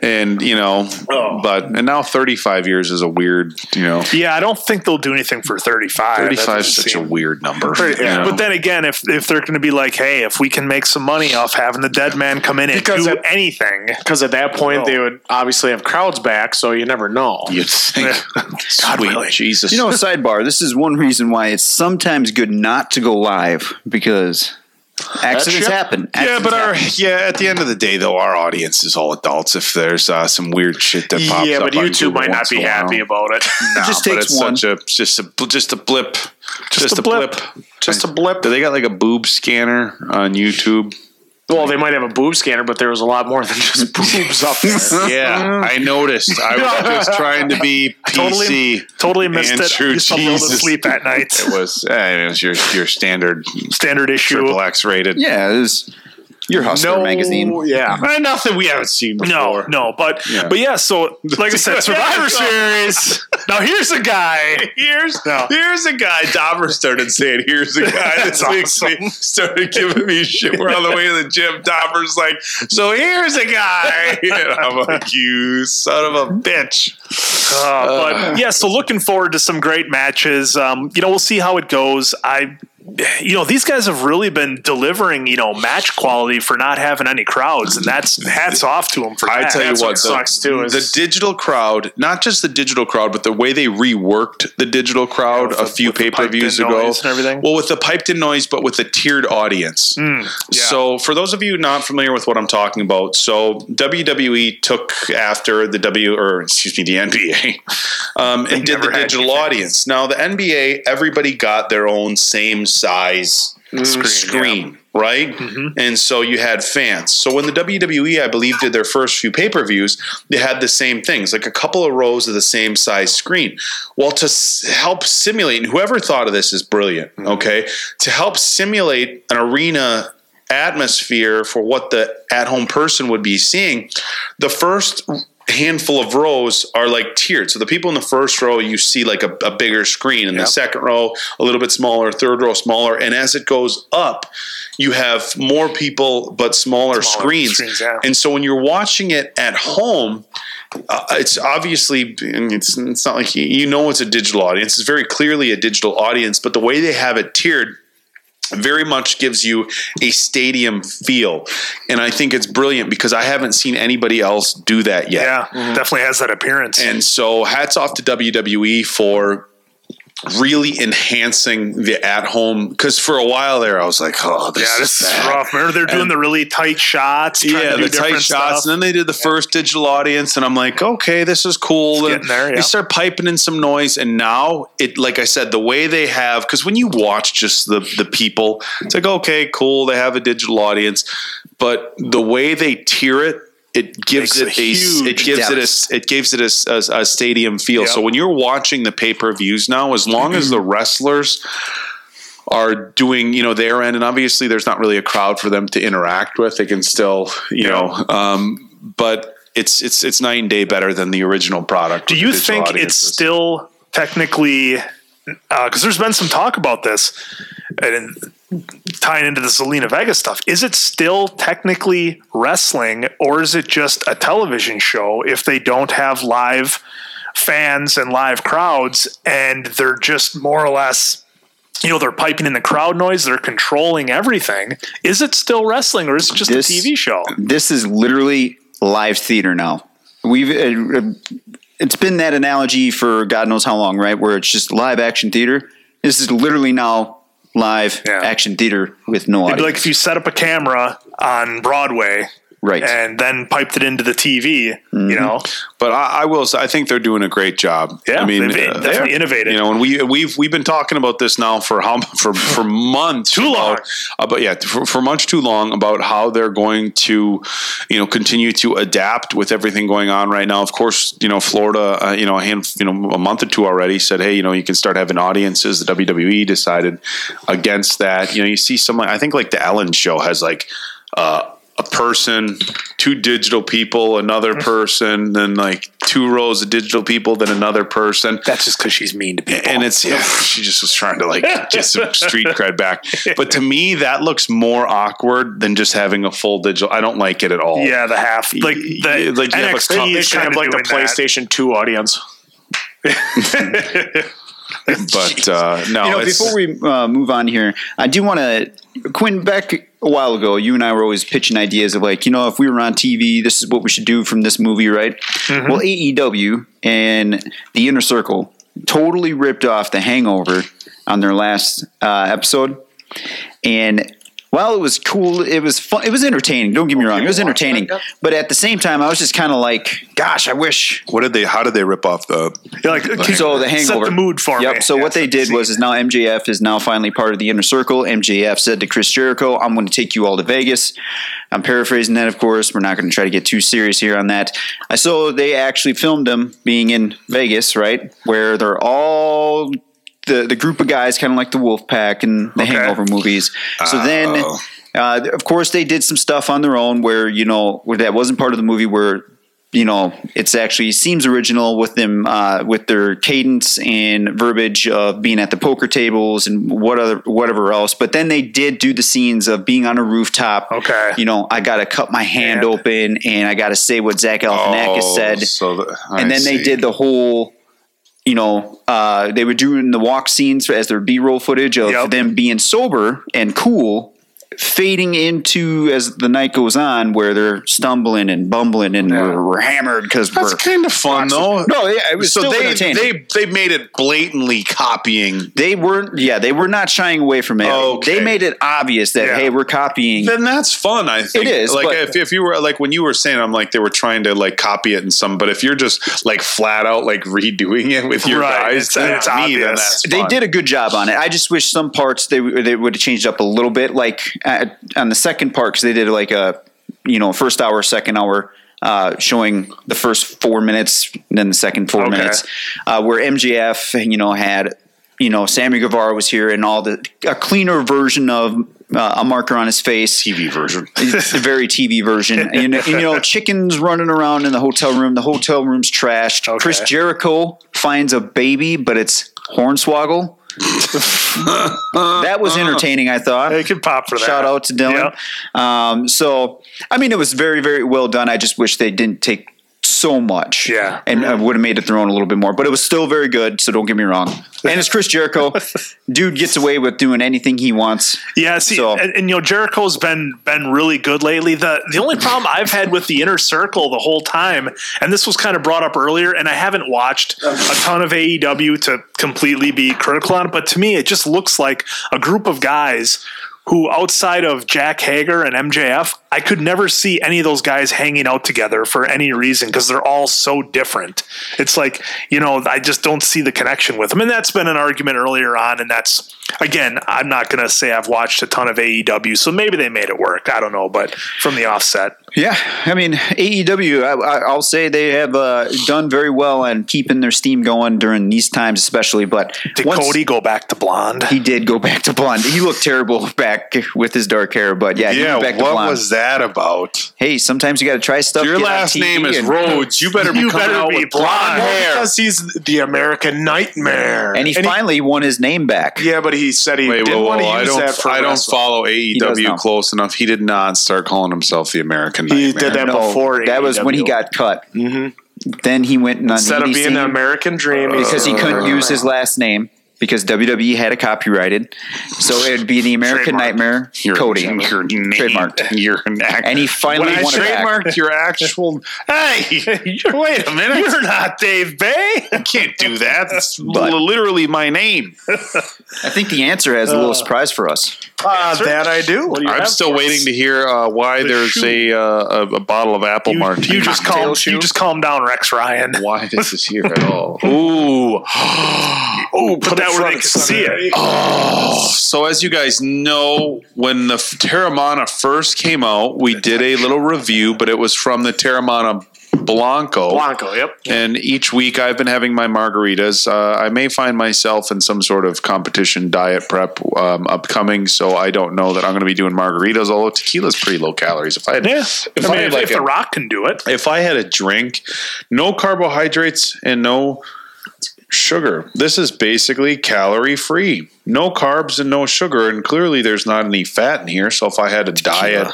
And you know,
Oh.
but and now thirty-five years is a weird, you know,
Yeah, I don't think they'll do anything for 35. That
thirty-five is
doesn't
such a
seem-
weird number. you
yeah,
know.
But then again, if if they're going to be like, hey, if we can make some money off having the dead man come in and
Because
do
it-
anything,
Because at that point, they would obviously have crowds back, so you never know.
You'd think, sweet Jesus.
You know, sidebar, this is one reason why it's sometimes good not to go live because accidents
shit-
happen.
yeah,
Accidents
but our
happen.
yeah. At the end of the day, though, our audience is all adults. If there's uh, some weird shit that pops
yeah,
up,
but
on
YouTube
Google
might not
once
be
in a while.
happy about it.
No,
just
but
takes
it's
one.
Such a just a bl- just a blip, just,
Just a blip. Just a blip.
Do they got like a boob scanner on YouTube?
Well, they might have a boob scanner, but there was a lot more than just boobs up there.
Yeah, I noticed. I was just trying to be
Totally-
PC.
totally missed
Andrew,
it. I used to be able to
Jesus.
sleep at night.
It was uh, it was your your standard
Standard issue.
triple X rated.
Yeah, it is your Hustler magazine.
Yeah.
Eh,
Uh, nothing we haven't seen
No,
before.
no, but
Yeah.
but yeah. So like I said, Survivor Series. Now here's a guy.
Here's
No.
here's a guy. Dobber started saying, "Here's a guy." This
That's
week's
awesome.
me- started giving me shit. We're on the way to the gym. Dobber's like, "So here's a guy." And I'm like, "You son of a bitch."
Uh, but yeah, so looking forward to some great matches. Um, you know, we'll see how it goes. I, you know, these guys have really been delivering. You know, match quality for not having any crowds, and that's hats off to them for
I
that.
tell you
That's
what,
it sucks too. Is
the digital crowd, not just the digital crowd, but the way they reworked the digital crowd a few
with the
pay per views
piped-in
ago.
noise and everything? Mm,
Well, with the piped in noise, but with a tiered audience.
yeah.
So, for those of you not familiar with what I'm talking about, so WWE took after the W, or excuse me, the NBA, um, and did the
never had
digital audience. Now, the NBA, everybody got their own same size
Mm.
screen, right?
Mm-hmm.
And so you had fans. So when the WWE, I believe, did their first few pay per views, they had the same things, like a couple of rows of the same size screen. Well, to s- help simulate, and whoever thought of this is brilliant,
Mm-hmm.
okay? To help simulate an arena atmosphere for what the at home person would be seeing, the first handful of rows are like tiered. So the people in the first row, you see like a, a bigger screen, and the second row, a little bit smaller, third row, smaller. And as it goes up, you have more people but smaller, screens.
screens, yeah.
And so when you're watching it at home, uh, it's obviously and it's, it's not like you- you know it's a digital audience. It's very clearly a digital audience, but the way they have it tiered very much gives you a stadium feel. And I think it's brilliant because I haven't seen anybody else do that yet.
yeah, definitely has that appearance.
And so hats off to WWE for really enhancing the at home because for a while there I was like, oh, this,
yeah,
is,
this is
bad.
rough. Remember they're doing the really tight shots. trying
Yeah,
to do
the tight
different
shots.
stuff.
And then they did the first digital audience, and I'm like, okay, this is cool.
It's
And
getting there, yeah.
They start piping in some noise, and now it, like I said, the way they have, because when you watch just the the people, it's like, okay, cool, they have a digital audience, but the way they tier it. It gives
Makes
it
a
a, s- it
huge
gives it a it gives it a s- a, s- a stadium feel. So when you're watching the pay per views now, as long
Mm-hmm.
as the wrestlers are doing you know their end and obviously there's not really a crowd for them to interact with they can still you know um, but it's it's it's nine day better than the original product
Do
with
you
the digital
think it's
audiences.
still technically? Because there's been some talk about this, and tying into the Selena Vega stuff, is it still technically wrestling, or is it just a television show if they don't have live fans and live crowds, and they're just more or less you know, they're piping in the crowd noise, they're controlling everything. Is it still wrestling or is it just
This-
a TV show?
This is literally live theater now. We've uh, it's been that analogy for God knows how long, right? Where it's just live action theater. This is literally now live
Yeah.
action theater with no
It'd be
audience.
like if you set up a camera on Broadway
right.
and then piped it into the TV, you know?
But I, I will say, I think they're doing a great job.
Yeah,
I mean,
they've
uh,
definitely
they're-
innovated.
You know, and we we've we've been talking about this now for how for for months, too
long.
About uh, yeah, for, for much too long about how they're going to, you know, continue to adapt with everything going on right now. Of course, you know, Florida, uh, you know, a hand, you know, a month or two already said, hey, you know, you can start having audiences. The WWE decided against that. You know, you see some, I think, like the Ellen Show has like. Uh, a person, two digital people, another person, then like two rows of digital people, then another person.
That's just because she's mean to people.
And it's yeah, she just was trying to like get some street cred back. But to me, that looks more awkward than just having a full digital. I don't like it at all.
yeah, the half. Like, the
Yeah, Oh, like you have a
NXT
cup-
is
They should
kind
have
of
like the
doing that.
PlayStation 2 audience.
but uh, no,
you know,
it's-
before we uh, move on here, I do want to Quinn. Back a while ago, you and I were always pitching ideas of like, you know, if we were on TV, this is what we should do from this movie, right? Well, AEW and the Inner Circle totally ripped off The Hangover on their last uh, episode, and. While it was cool, it was fun. It was entertaining. Don't get me wrong; it was entertaining. But at the same time, I was just kind of like, "Gosh, I wish
what did they? How did they rip off the?
You're like, okay,
so the
set
hangover
the mood for
yep.
me.
So what
Yeah,
they did was is now MJF is now finally part of the inner circle. MJF said to Chris Jericho, "I'm going to take you all to Vegas." I'm paraphrasing that, of course. We're not going to try to get too serious here on that. I saw they actually filmed them being in Vegas, right, where they're all. The, the group of guys, kind of like the Wolf Pack and the Hangover movies. So then,
Oh.
uh, of course, they did some stuff on their own where you know where that wasn't part of the movie where you know, it's actually seems original with them uh, with their cadence and verbiage of being at the poker tables and what other whatever else. But then they did do the scenes of being on a rooftop.
Okay.
you know, I got to cut my hand
Yeah.
open and I got to say what Zach Galifianakis
Oh,
said,
So the, I
and then they
see.
did the whole. You know, uh, they were doing the walk scenes as their B-roll footage of
Yep.
them being sober and cool, fading into as the night goes on, where they're stumbling and bumbling and we're, we're hammered because
That's
we're
kind of fun though.
no, yeah, it was
so
still
they
entertaining.
they they made it blatantly copying.
they weren't, yeah, they were not shying away from it.
Okay.
They made it obvious that
Yeah.
hey, we're copying.
Then that's fun. I think
It is,
Like
but-
if, if you were like when you were saying, I'm like they were trying to like copy it in some. But if you're just like flat out like redoing it with your
Right, it's-
guys, then
it's
to me, then
obvious.
that's
they
fun.
did a good job on it. I just wish some parts they they would have changed up a little bit, like uh, on the second part because they did like a you know first hour, second hour. Uh, showing the first four minutes, and then the second four
Okay.
minutes, uh, where MJF, you know, had, you know, Sammy Guevara was here, and all the a cleaner version of uh, a marker on his face,
TV version.
it's the very TV version. And, you know- and, you know, chickens running around in the hotel room. The hotel room's trashed. Chris Jericho finds a baby, but it's Hornswoggle. that was entertaining, I thought.
They could pop for that.
Shout out to Dylan. Um, so, I mean, it was very, very well done. I just wish they didn't take so much.
Yeah.
And I would have made it their own a little bit more, but it was still very good. So don't get me wrong. And it's Chris Jericho. Dude gets away with doing anything he wants.
Yeah, see,
So-
and, and you know Jericho's been been really good lately. the The only problem I've had with the inner circle the whole time, and this was kind of brought up earlier, and I haven't watched a ton of AEW to completely be critical on it, but to me, it just looks like a group of guys who, outside of Jack Hager and MJF, I could never see any of those guys hanging out together for any reason because they're all so different. It's like you know, I just don't see the connection with them, and that's been an argument earlier on, and that's again, I'm not going to say I've watched a ton of AEW, so maybe they made it work. I don't know, but from the offset,
Yeah, I mean AEW. I, I, I'll say they have uh, done very well on keeping their steam going during these times, especially. But
did
once-
Cody go back to blonde?
he did go back to blonde. He looked terrible back with his dark hair, but yeah, he
Yeah,
went back to
what
blonde.
was that about?
hey, sometimes you got to try stuff.
Your
get on
last
TV
name is
and-
Rhodes. You better be
You
coming
better
out
be
with blonde
blonde.
hair.
Because he's the American Nightmare.
and he finally won his name back.
yeah, but he said he
Wait,
didn't
whoa, whoa,
want to
I
use that
don't,
for
I don't
wrestling.
follow
does now.
AEW close enough. He did not start calling himself the American Nightmare.
He did that
No,
before. E
that was when he
AEW.
got cut. Mm-hmm. Then he went and on
instead of being an American Dream
Uh,
uh,
because he couldn't use his last name. because WWE had it copyrighted. So it would be the American
Trademark.
Nightmare
Your-
Cody
Your name,
trademarked.
Your act.
And he finally
when I
won it back.
trademarked your actual. hey, wait a minute. You're not Dave Bay. I can't do that. That's
But-
literally my name.
I think the answer has a little surprise for us.
Uh, that I do. What do you
I'm
have
still
for us?
waiting to hear uh, why there's a, uh, a a bottle of apple
You,
martini.
you just calm. You just calm down, Rex Ryan.
why this is here at all. Ooh.
Oh, put, that where they can see it.
So, as you guys know, when the f- Terramana first came out, we did a little review, but it was from the Terramana Blanco.
Blanco. Yep.
And each week I've been having my margaritas. Uh, I may find myself in some sort of competition diet prep um, upcoming, so I don't know that I'm going to be doing margaritas. Although tequila's pretty low calories. If I had,
Yeah,
if
I
I,
mean,
had
if,
like
if the
a-
Rock can do it,
if I had a drink, no carbohydrates and no sugar. This is basically calorie free. No carbs and no sugar, and clearly there's not any fat in here. So if I had a diet,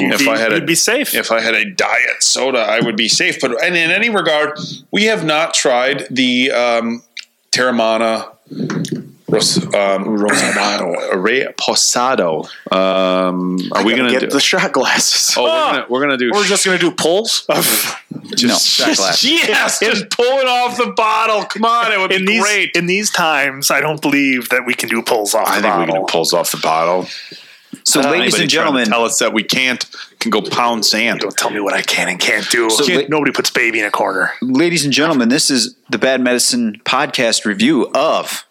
if
you'd
I had
be-
a
you'd be safe.
if I had a diet soda, I would be safe. But and in any regard, we have not tried the um, Terramana Ros, um, Rosado Rey Posado. Um, are we gonna
Get
do?
the shot glasses.
oh, we're gonna, we're gonna do.
We're just gonna do polls.
just,
No, shot glass.
yes, just pull it off the bottle. Come on, it would
be
in these,
great.
In these times, I don't believe that we can do pulls off
I
the
think we
bottle.
can pulls off the bottle.
So, ladies
Anybody
and
trying to
gentlemen,
tell us that we can't can go pound sand.
Don't tell me what I can and can't do.
So
Can't-
la-
nobody puts baby in a corner.
ladies and gentlemen, this is the Bad Medicine podcast review of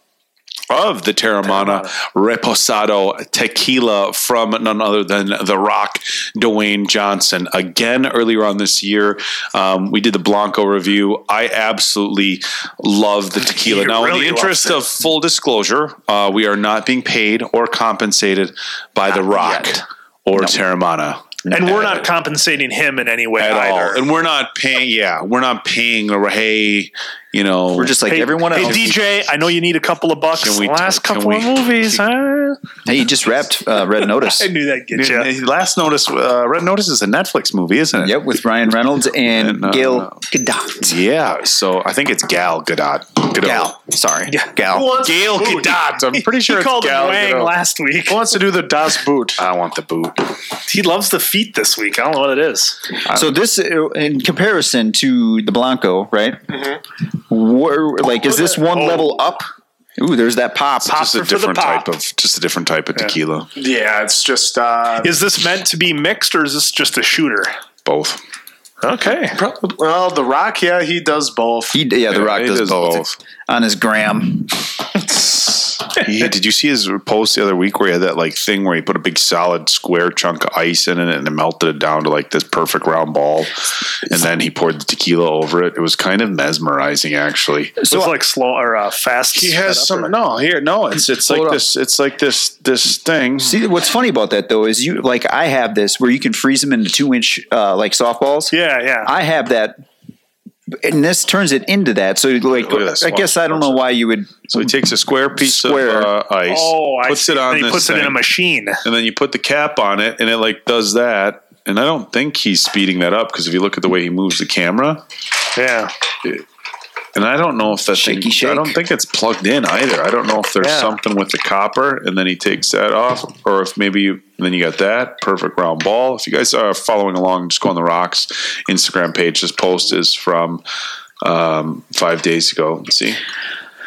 Of the Terramana Reposado tequila from none other than The Rock, Dwayne Johnson. Again, earlier on this year, um, we did the Blanco review. I absolutely love the tequila.
He
now, in
really
the interest of full disclosure, uh, we are not being paid or compensated by The Rock or Terramana.
And we're not compensating him in any way
at
either.
all. And we're not paying. Yeah, we're not paying. Or hey, you know,
we're just like everyone
hey
else. Hey,
DJ, I know you need a couple of bucks.
Can we-
Last
can
couple
we-
of movies, huh?
you just wrapped uh, Red Notice.
I knew that get you.
Yeah. Last notice. Uh, Red Notice is a Netflix movie, isn't it?
Yep, with Ryan Reynolds and,
And, uh,
Gail Gadot.
Yeah. So I think it's Gal Gadot. Gadot.
Gal, sorry, Gal.
wants
Gail
food?
Gadot. I'm pretty sure
he
it's
called him
Gal
Wang
Gadot.
last week.
Who wants to do the Das Boot?
I want the boot.
He loves the feet this week. I don't know what it is.
So this, uh, in comparison to the Blanco, right? Where, like, is this one level up? Ooh, there's that pop.
Just a
for the
different
pop.
type of just a different type of tequila.
Yeah, it's just uh,
Is this meant to be mixed or is this just a shooter?
Both.
Okay.
well, The Rock. Yeah, he does both.
He, yeah, The
Yeah,
Rock
he
does,
does
both.
both.
on his gram.
He- did you see his post the other week where he had that like thing where he put a big solid square chunk of ice in it and it melted it down to like this perfect round ball, and then he poured the tequila over it. It was kind of mesmerizing, actually.
So it's like slow or uh, fast.
He has some no here no it's it's
Hold
like
on.
this it's like this this thing.
See, what's funny about that though is you like I have this where you can freeze them into two inch uh, like softballs.
Yeah, yeah.
I have that, and this turns it into that. So like,
Look at this.
I guess I don't know why you would.
So he takes a square piece
Square.
of uh, ice,
oh, I
puts
see.
it on
Then he
this
puts
thing,
it in a machine.
and then you put the cap on it, and it like does that. And I don't think he's speeding that up because if you look at the way he moves the camera,
Yeah.
and I don't know if that
Shaky
thing,
shake.
I don't think it's plugged in either. I don't know if there's
Yeah.
something with the copper, and then he takes that off, or if maybe you, and then you got that perfect round ball. If you guys are following along, just go on the rocks Instagram page. This post is from um, five days ago. See,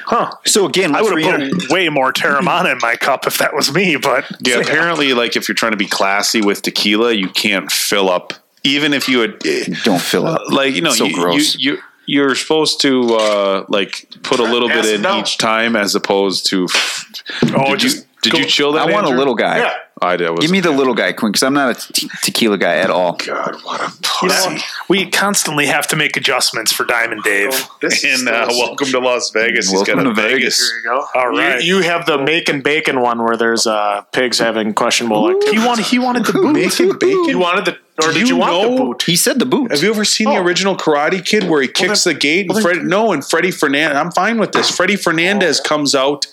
Huh.
So again,
I
let's
would have
reiterate-
put way more Terramana in my cup if that was me, but
Yeah, apparently, like if you're trying to be classy with tequila, you can't fill up. Even if you would,
don't fill up.
like, you know,
So
you,
gross.
You, you you're supposed to uh, like put a little bit in each time, as opposed to.
oh,
Did you,
just
did you chill that?
I want a
Andrew?
little guy.
Yeah.
I did. I was,
Give me the little guy, Quinn, because I'm not a te- tequila guy at all.
God, what a
you
pussy!
know, we constantly have to make adjustments for Diamond Dave.
This is
And uh,
still-
welcome to Las Vegas.
Welcome
He's got
to
a
Vegas.
Vegas.
Here you go.
All right.
You, you have the make and bacon one where there's uh, pigs having questionable activity.
He wanted he wanted the boot.
You wanted the, or did you,
you
want the
know-
boot?
He said the boot.
Have you ever seen the original Karate Kid where he kicks the gate? And Fred, no, and Freddie Fernandez. I'm fine with this. Freddie Fernandez comes out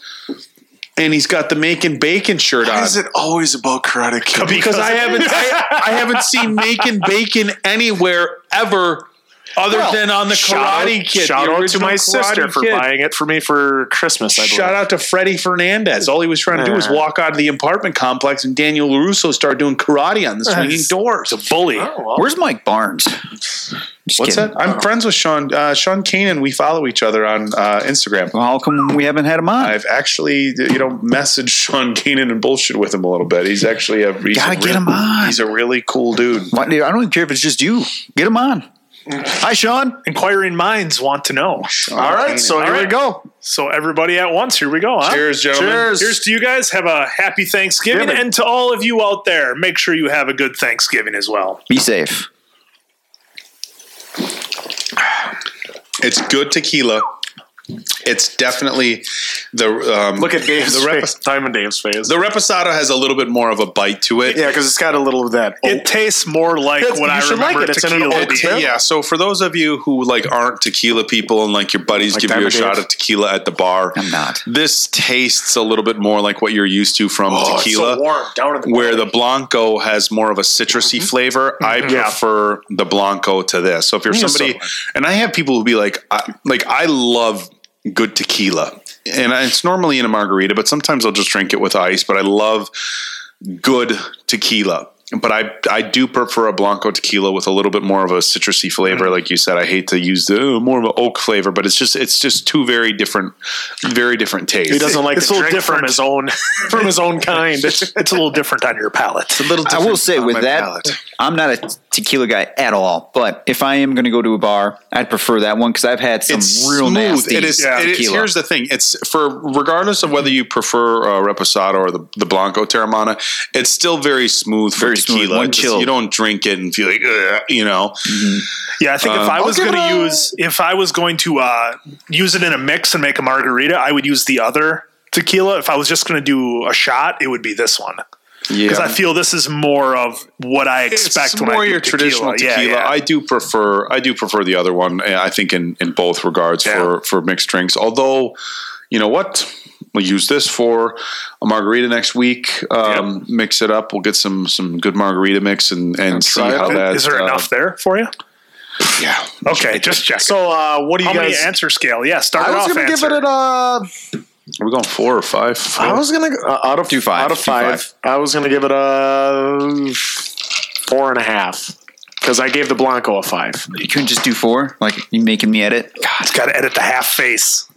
and he's got the Making Bacon shirt on.
it always about Karate Kid?
Because I haven't, I, I haven't seen Making Bacon anywhere ever Other than on the
Shout out-
Karate Kid,
Shout
the
out to
original
my
Karate
sister for
Kid.
buying it for me for Christmas. I believe.
Shout out to Freddie Fernandez. All he was trying to do was
Yeah.
walk out of the apartment complex, and Daniel LaRusso started doing karate on the swinging doors.
It's a bully.
Where's Mike Barnes? Just
What's
kidding.
that? I'm friends with Sean. Uh, Sean Kane and we follow each other on uh, Instagram.
Well, how come we haven't had him on?
I've actually, you know, messaged Sean Kanan and bullshit with him a little bit. He's actually a he's
Gotta
a
get him on.
He's a really cool dude.
Why- I don't even care if it's just you. Get him on. Hi, Sean.
Inquiring minds want to know.
All right, so here
All
we
right.
go.
So everybody at once, here we go. Huh?
Cheers, gentlemen.
Cheers. Cheers to you guys. Have a happy Thanksgiving,
Thanksgiving.
and to all of you out there, make sure you have a good Thanksgiving as well.
Be safe.
It's good tequila. It's definitely the um,
Look at Dave's
the, rep-
face. Diamond Dave's face.
the reposado has a little bit more of a bite to it.
yeah, because it's got a little of that.
It tastes more like
That's-
what
you
I
should
remember
like it. It's in an
tequila
old
being.
tin.
yeah. So for those of you who like aren't tequila people and like your buddies give you a
Diamond
shot
Dave?
of tequila at the bar,
I'm not.
This tastes a little bit more like what you're used to from tequila.
warm down in
where the Mm-hmm. blanco has more of a citrusy flavor. I prefer the blanco to this. So if you're somebody, and I have people who be like, I, like I love good tequila, and I- it's normally in a margarita, but sometimes I'll just drink it with ice. But I love good tequila. But I I do prefer a blanco tequila with a little bit more of a citrusy flavor, like you said. I hate to use the uh, more of an oak flavor, but it's just it's just two very different, very different tastes.
he doesn't like
It's a
to
little
drink from
different.
his own from his own kind.
It's a little different on your palate.
a little.
I will
different
say
on
with
my
that,
palate.
I'm not a tequila guy at all. But if I am going to go to a bar, I'd prefer that one because I've had some real nasty
It is,
Yeah.
it is.
tequila.
Here's the thing: it's for regardless of whether you prefer uh, reposado or the, the blanco Terramana, it's still very smooth for
Very smooth,
tequila.
one
It's just-
chill.
You don't drink it and feel like "Ugh," you know.
Yeah, I think
Um,
if I was
give
going
it
to
a-
use, if I was going to uh, use it in a mix and make a margarita, I would use the other tequila. If I was just going to do a shot, it would be this one because I feel this is more of what I expect
it's
when
more
I do
your
tequila.
traditional
Yeah,
tequila.
yeah.
I do prefer I do prefer the other one. eh, I think in in both regards
Yeah.
for for mixed drinks. Although, you know what. We'll use this for a margarita next week. Um, Mix it up. We'll get some some good margarita mix and, and see
try it
how
out.
that
Is there
uh,
enough there for you?
Yeah,
Okay, just check. So,
So uh, what do you
How many
guys?
answer scale? Yeah, start
I
it
was
off.
gonna give
answer.
it an uh,
We're going four or five.
I was gonna go- uh, out of
Two five,
out of
two
five,
five.
I was gonna give it a four and a half because I gave the Blanco a five.
You couldn't just do four? Like you making me edit?
It's got to edit the half face.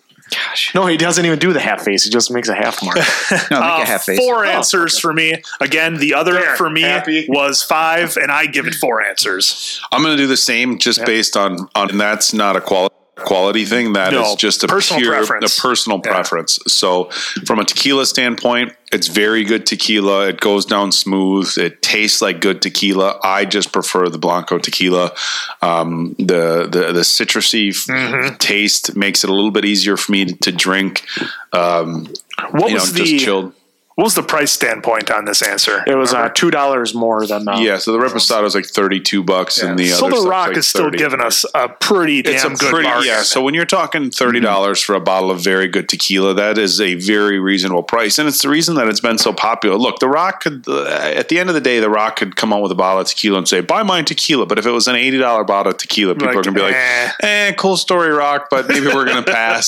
No, he doesn't even do the half face. He just makes a half mark.
No, make
Uh,
a half face.
Oh,
Four answers for me. Again, the other for me
happy.
was five, and I give it four answers.
I'm going to do the same, just based on on. And that's not a quality quality thing. That is
No,
just a
personal
pure
preference.
a personal preference. So, from a tequila standpoint, it's very good tequila. It goes down smooth. It tastes like good tequila. I just prefer the blanco tequila. Um, the the the citrusy f-
Mm-hmm.
taste makes it a little bit easier for me to drink. Um,
What
you know,
was
just
the
chilled.
what was the price standpoint on this answer?
It was uh, two dollars more than uh,
Yeah, so the reposado is like 32 bucks, and the
so
other
the
stuff's
Oh. rock
like
is still
30.
giving us a pretty damn
it's a
good
pretty
bargain.
yeah. So when you're talking thirty dollars for a bottle of very good tequila, that is a very reasonable price, and it's the reason that it's been so popular. Look, The Rock could uh, at the end of the day, The Rock could come out with a bottle of tequila and say, "Buy mine tequila," but if it was an eighty dollar bottle of tequila, people
Like,
are gonna be like,
eh.
"Eh, cool story, Rock," but maybe we're gonna pass.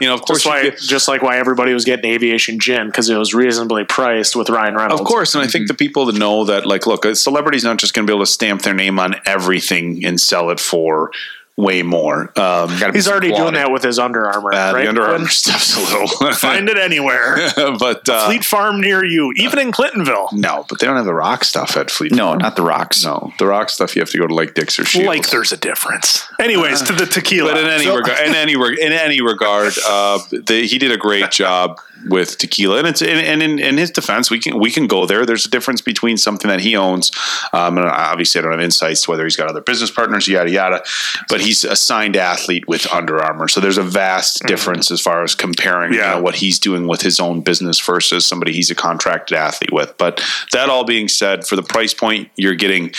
You know, of course,
Just
you
like,
get-
just like why everybody was getting aviation gin because it was reasonably priced with Ryan Reynolds.
Of course, and I think the people that know that, like, look, a celebrity's not just going to be able to stamp their name on everything and sell it for way more. Um,
he's already doing that with his Under Armour.
uh,
right?
The Under Armour stuff's a little.
Find it anywhere.
but uh,
Fleet Farm near you, even in Clintonville.
no, but they don't have the rock stuff at Fleet.
No, not the rocks.
no, the rock stuff you have to go to Lake Dix or Shields. Uh,
Like there's a difference. Anyways, to the tequila.
but in any regard, in any reg- in any regard, uh, the, he did a great job with tequila, and it's and, and in, in his defense, we can we can go there. There's a difference between something that he owns, um, and obviously I don't have insights to whether he's got other business partners, yada yada. But he's a signed athlete with Under Armour, so there's a vast difference as far as comparing you
Yeah.
know, what he's doing with his own business versus somebody he's a contracted athlete with. But that all being said, for the price point, you're getting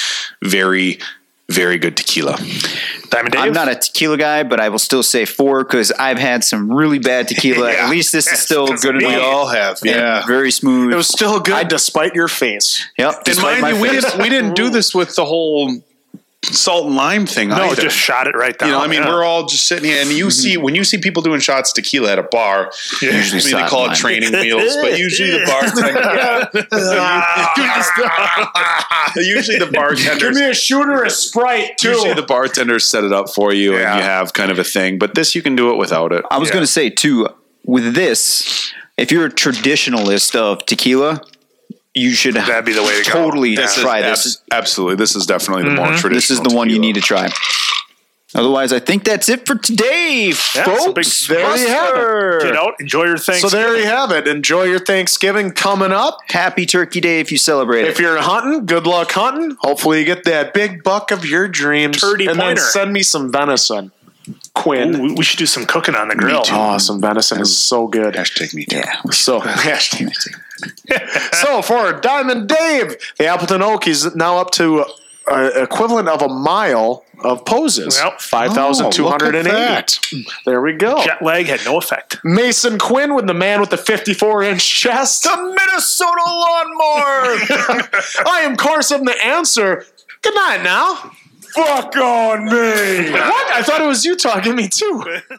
very very good tequila.
Diamond Dave.
I'm not a tequila guy, but I will still say four because I've had some really bad tequila. At least this is still
Yes,
good
'cause of
enough.
me.
have,
and very smooth.
It was still good despite your face.
yep.
And
despite
mind
my
you, we
face.
didn't, we didn't do this with the whole salt and lime thing
No,
either.
just shot it right down.
you know, I mean,
yeah.
we're all just sitting here, and
Mm-hmm.
you see when you see people doing shots of tequila at a bar.
Usually
I mean, they
salt
call
and
it
lime.
training wheels, but usually the bartender. usually the bartenders.
a shooter, a sprite
Usually the bartenders set it up for you,
Yeah.
and you have kind of a thing. But this, you can do it without it.
I was
Yeah.
going to say too, with this, if you're a traditionalist of tequila, you should
That'd be the way to go.
totally
This is
try
ab-
this. Mm-hmm.
absolutely. This is definitely the more traditional.
This is the one you need to try. Otherwise, I think that's it for today,
it's a big
folks.
There you have it.
Get out, enjoy your thing.
So there you have it. Enjoy your Thanksgiving coming up.
Happy Turkey Day if you celebrate
If
it.
you're hunting, good luck hunting. Hopefully you get that big buck of your dreams.
Turdy
and
pointer.
then send me some venison. Quinn.
we, we should do some cooking on the grill.
Oh, some venison is so good.
hashtag me. too.
Yeah.
So,
Hashtag me too.
so for Diamond Dave, the Appleton Oak is now up to uh, equivalent of a mile of poses.
Yep.
Five
Oh,
thousand two
look
hundred
at
and eight.
that.
There we go.
Jet lag had no effect.
Mason Quinn with the man with the 54 inch chest. The Minnesota lawnmower. I am Carson the answer. Good night now. Fuck on me. What? I thought it was you talking to me too.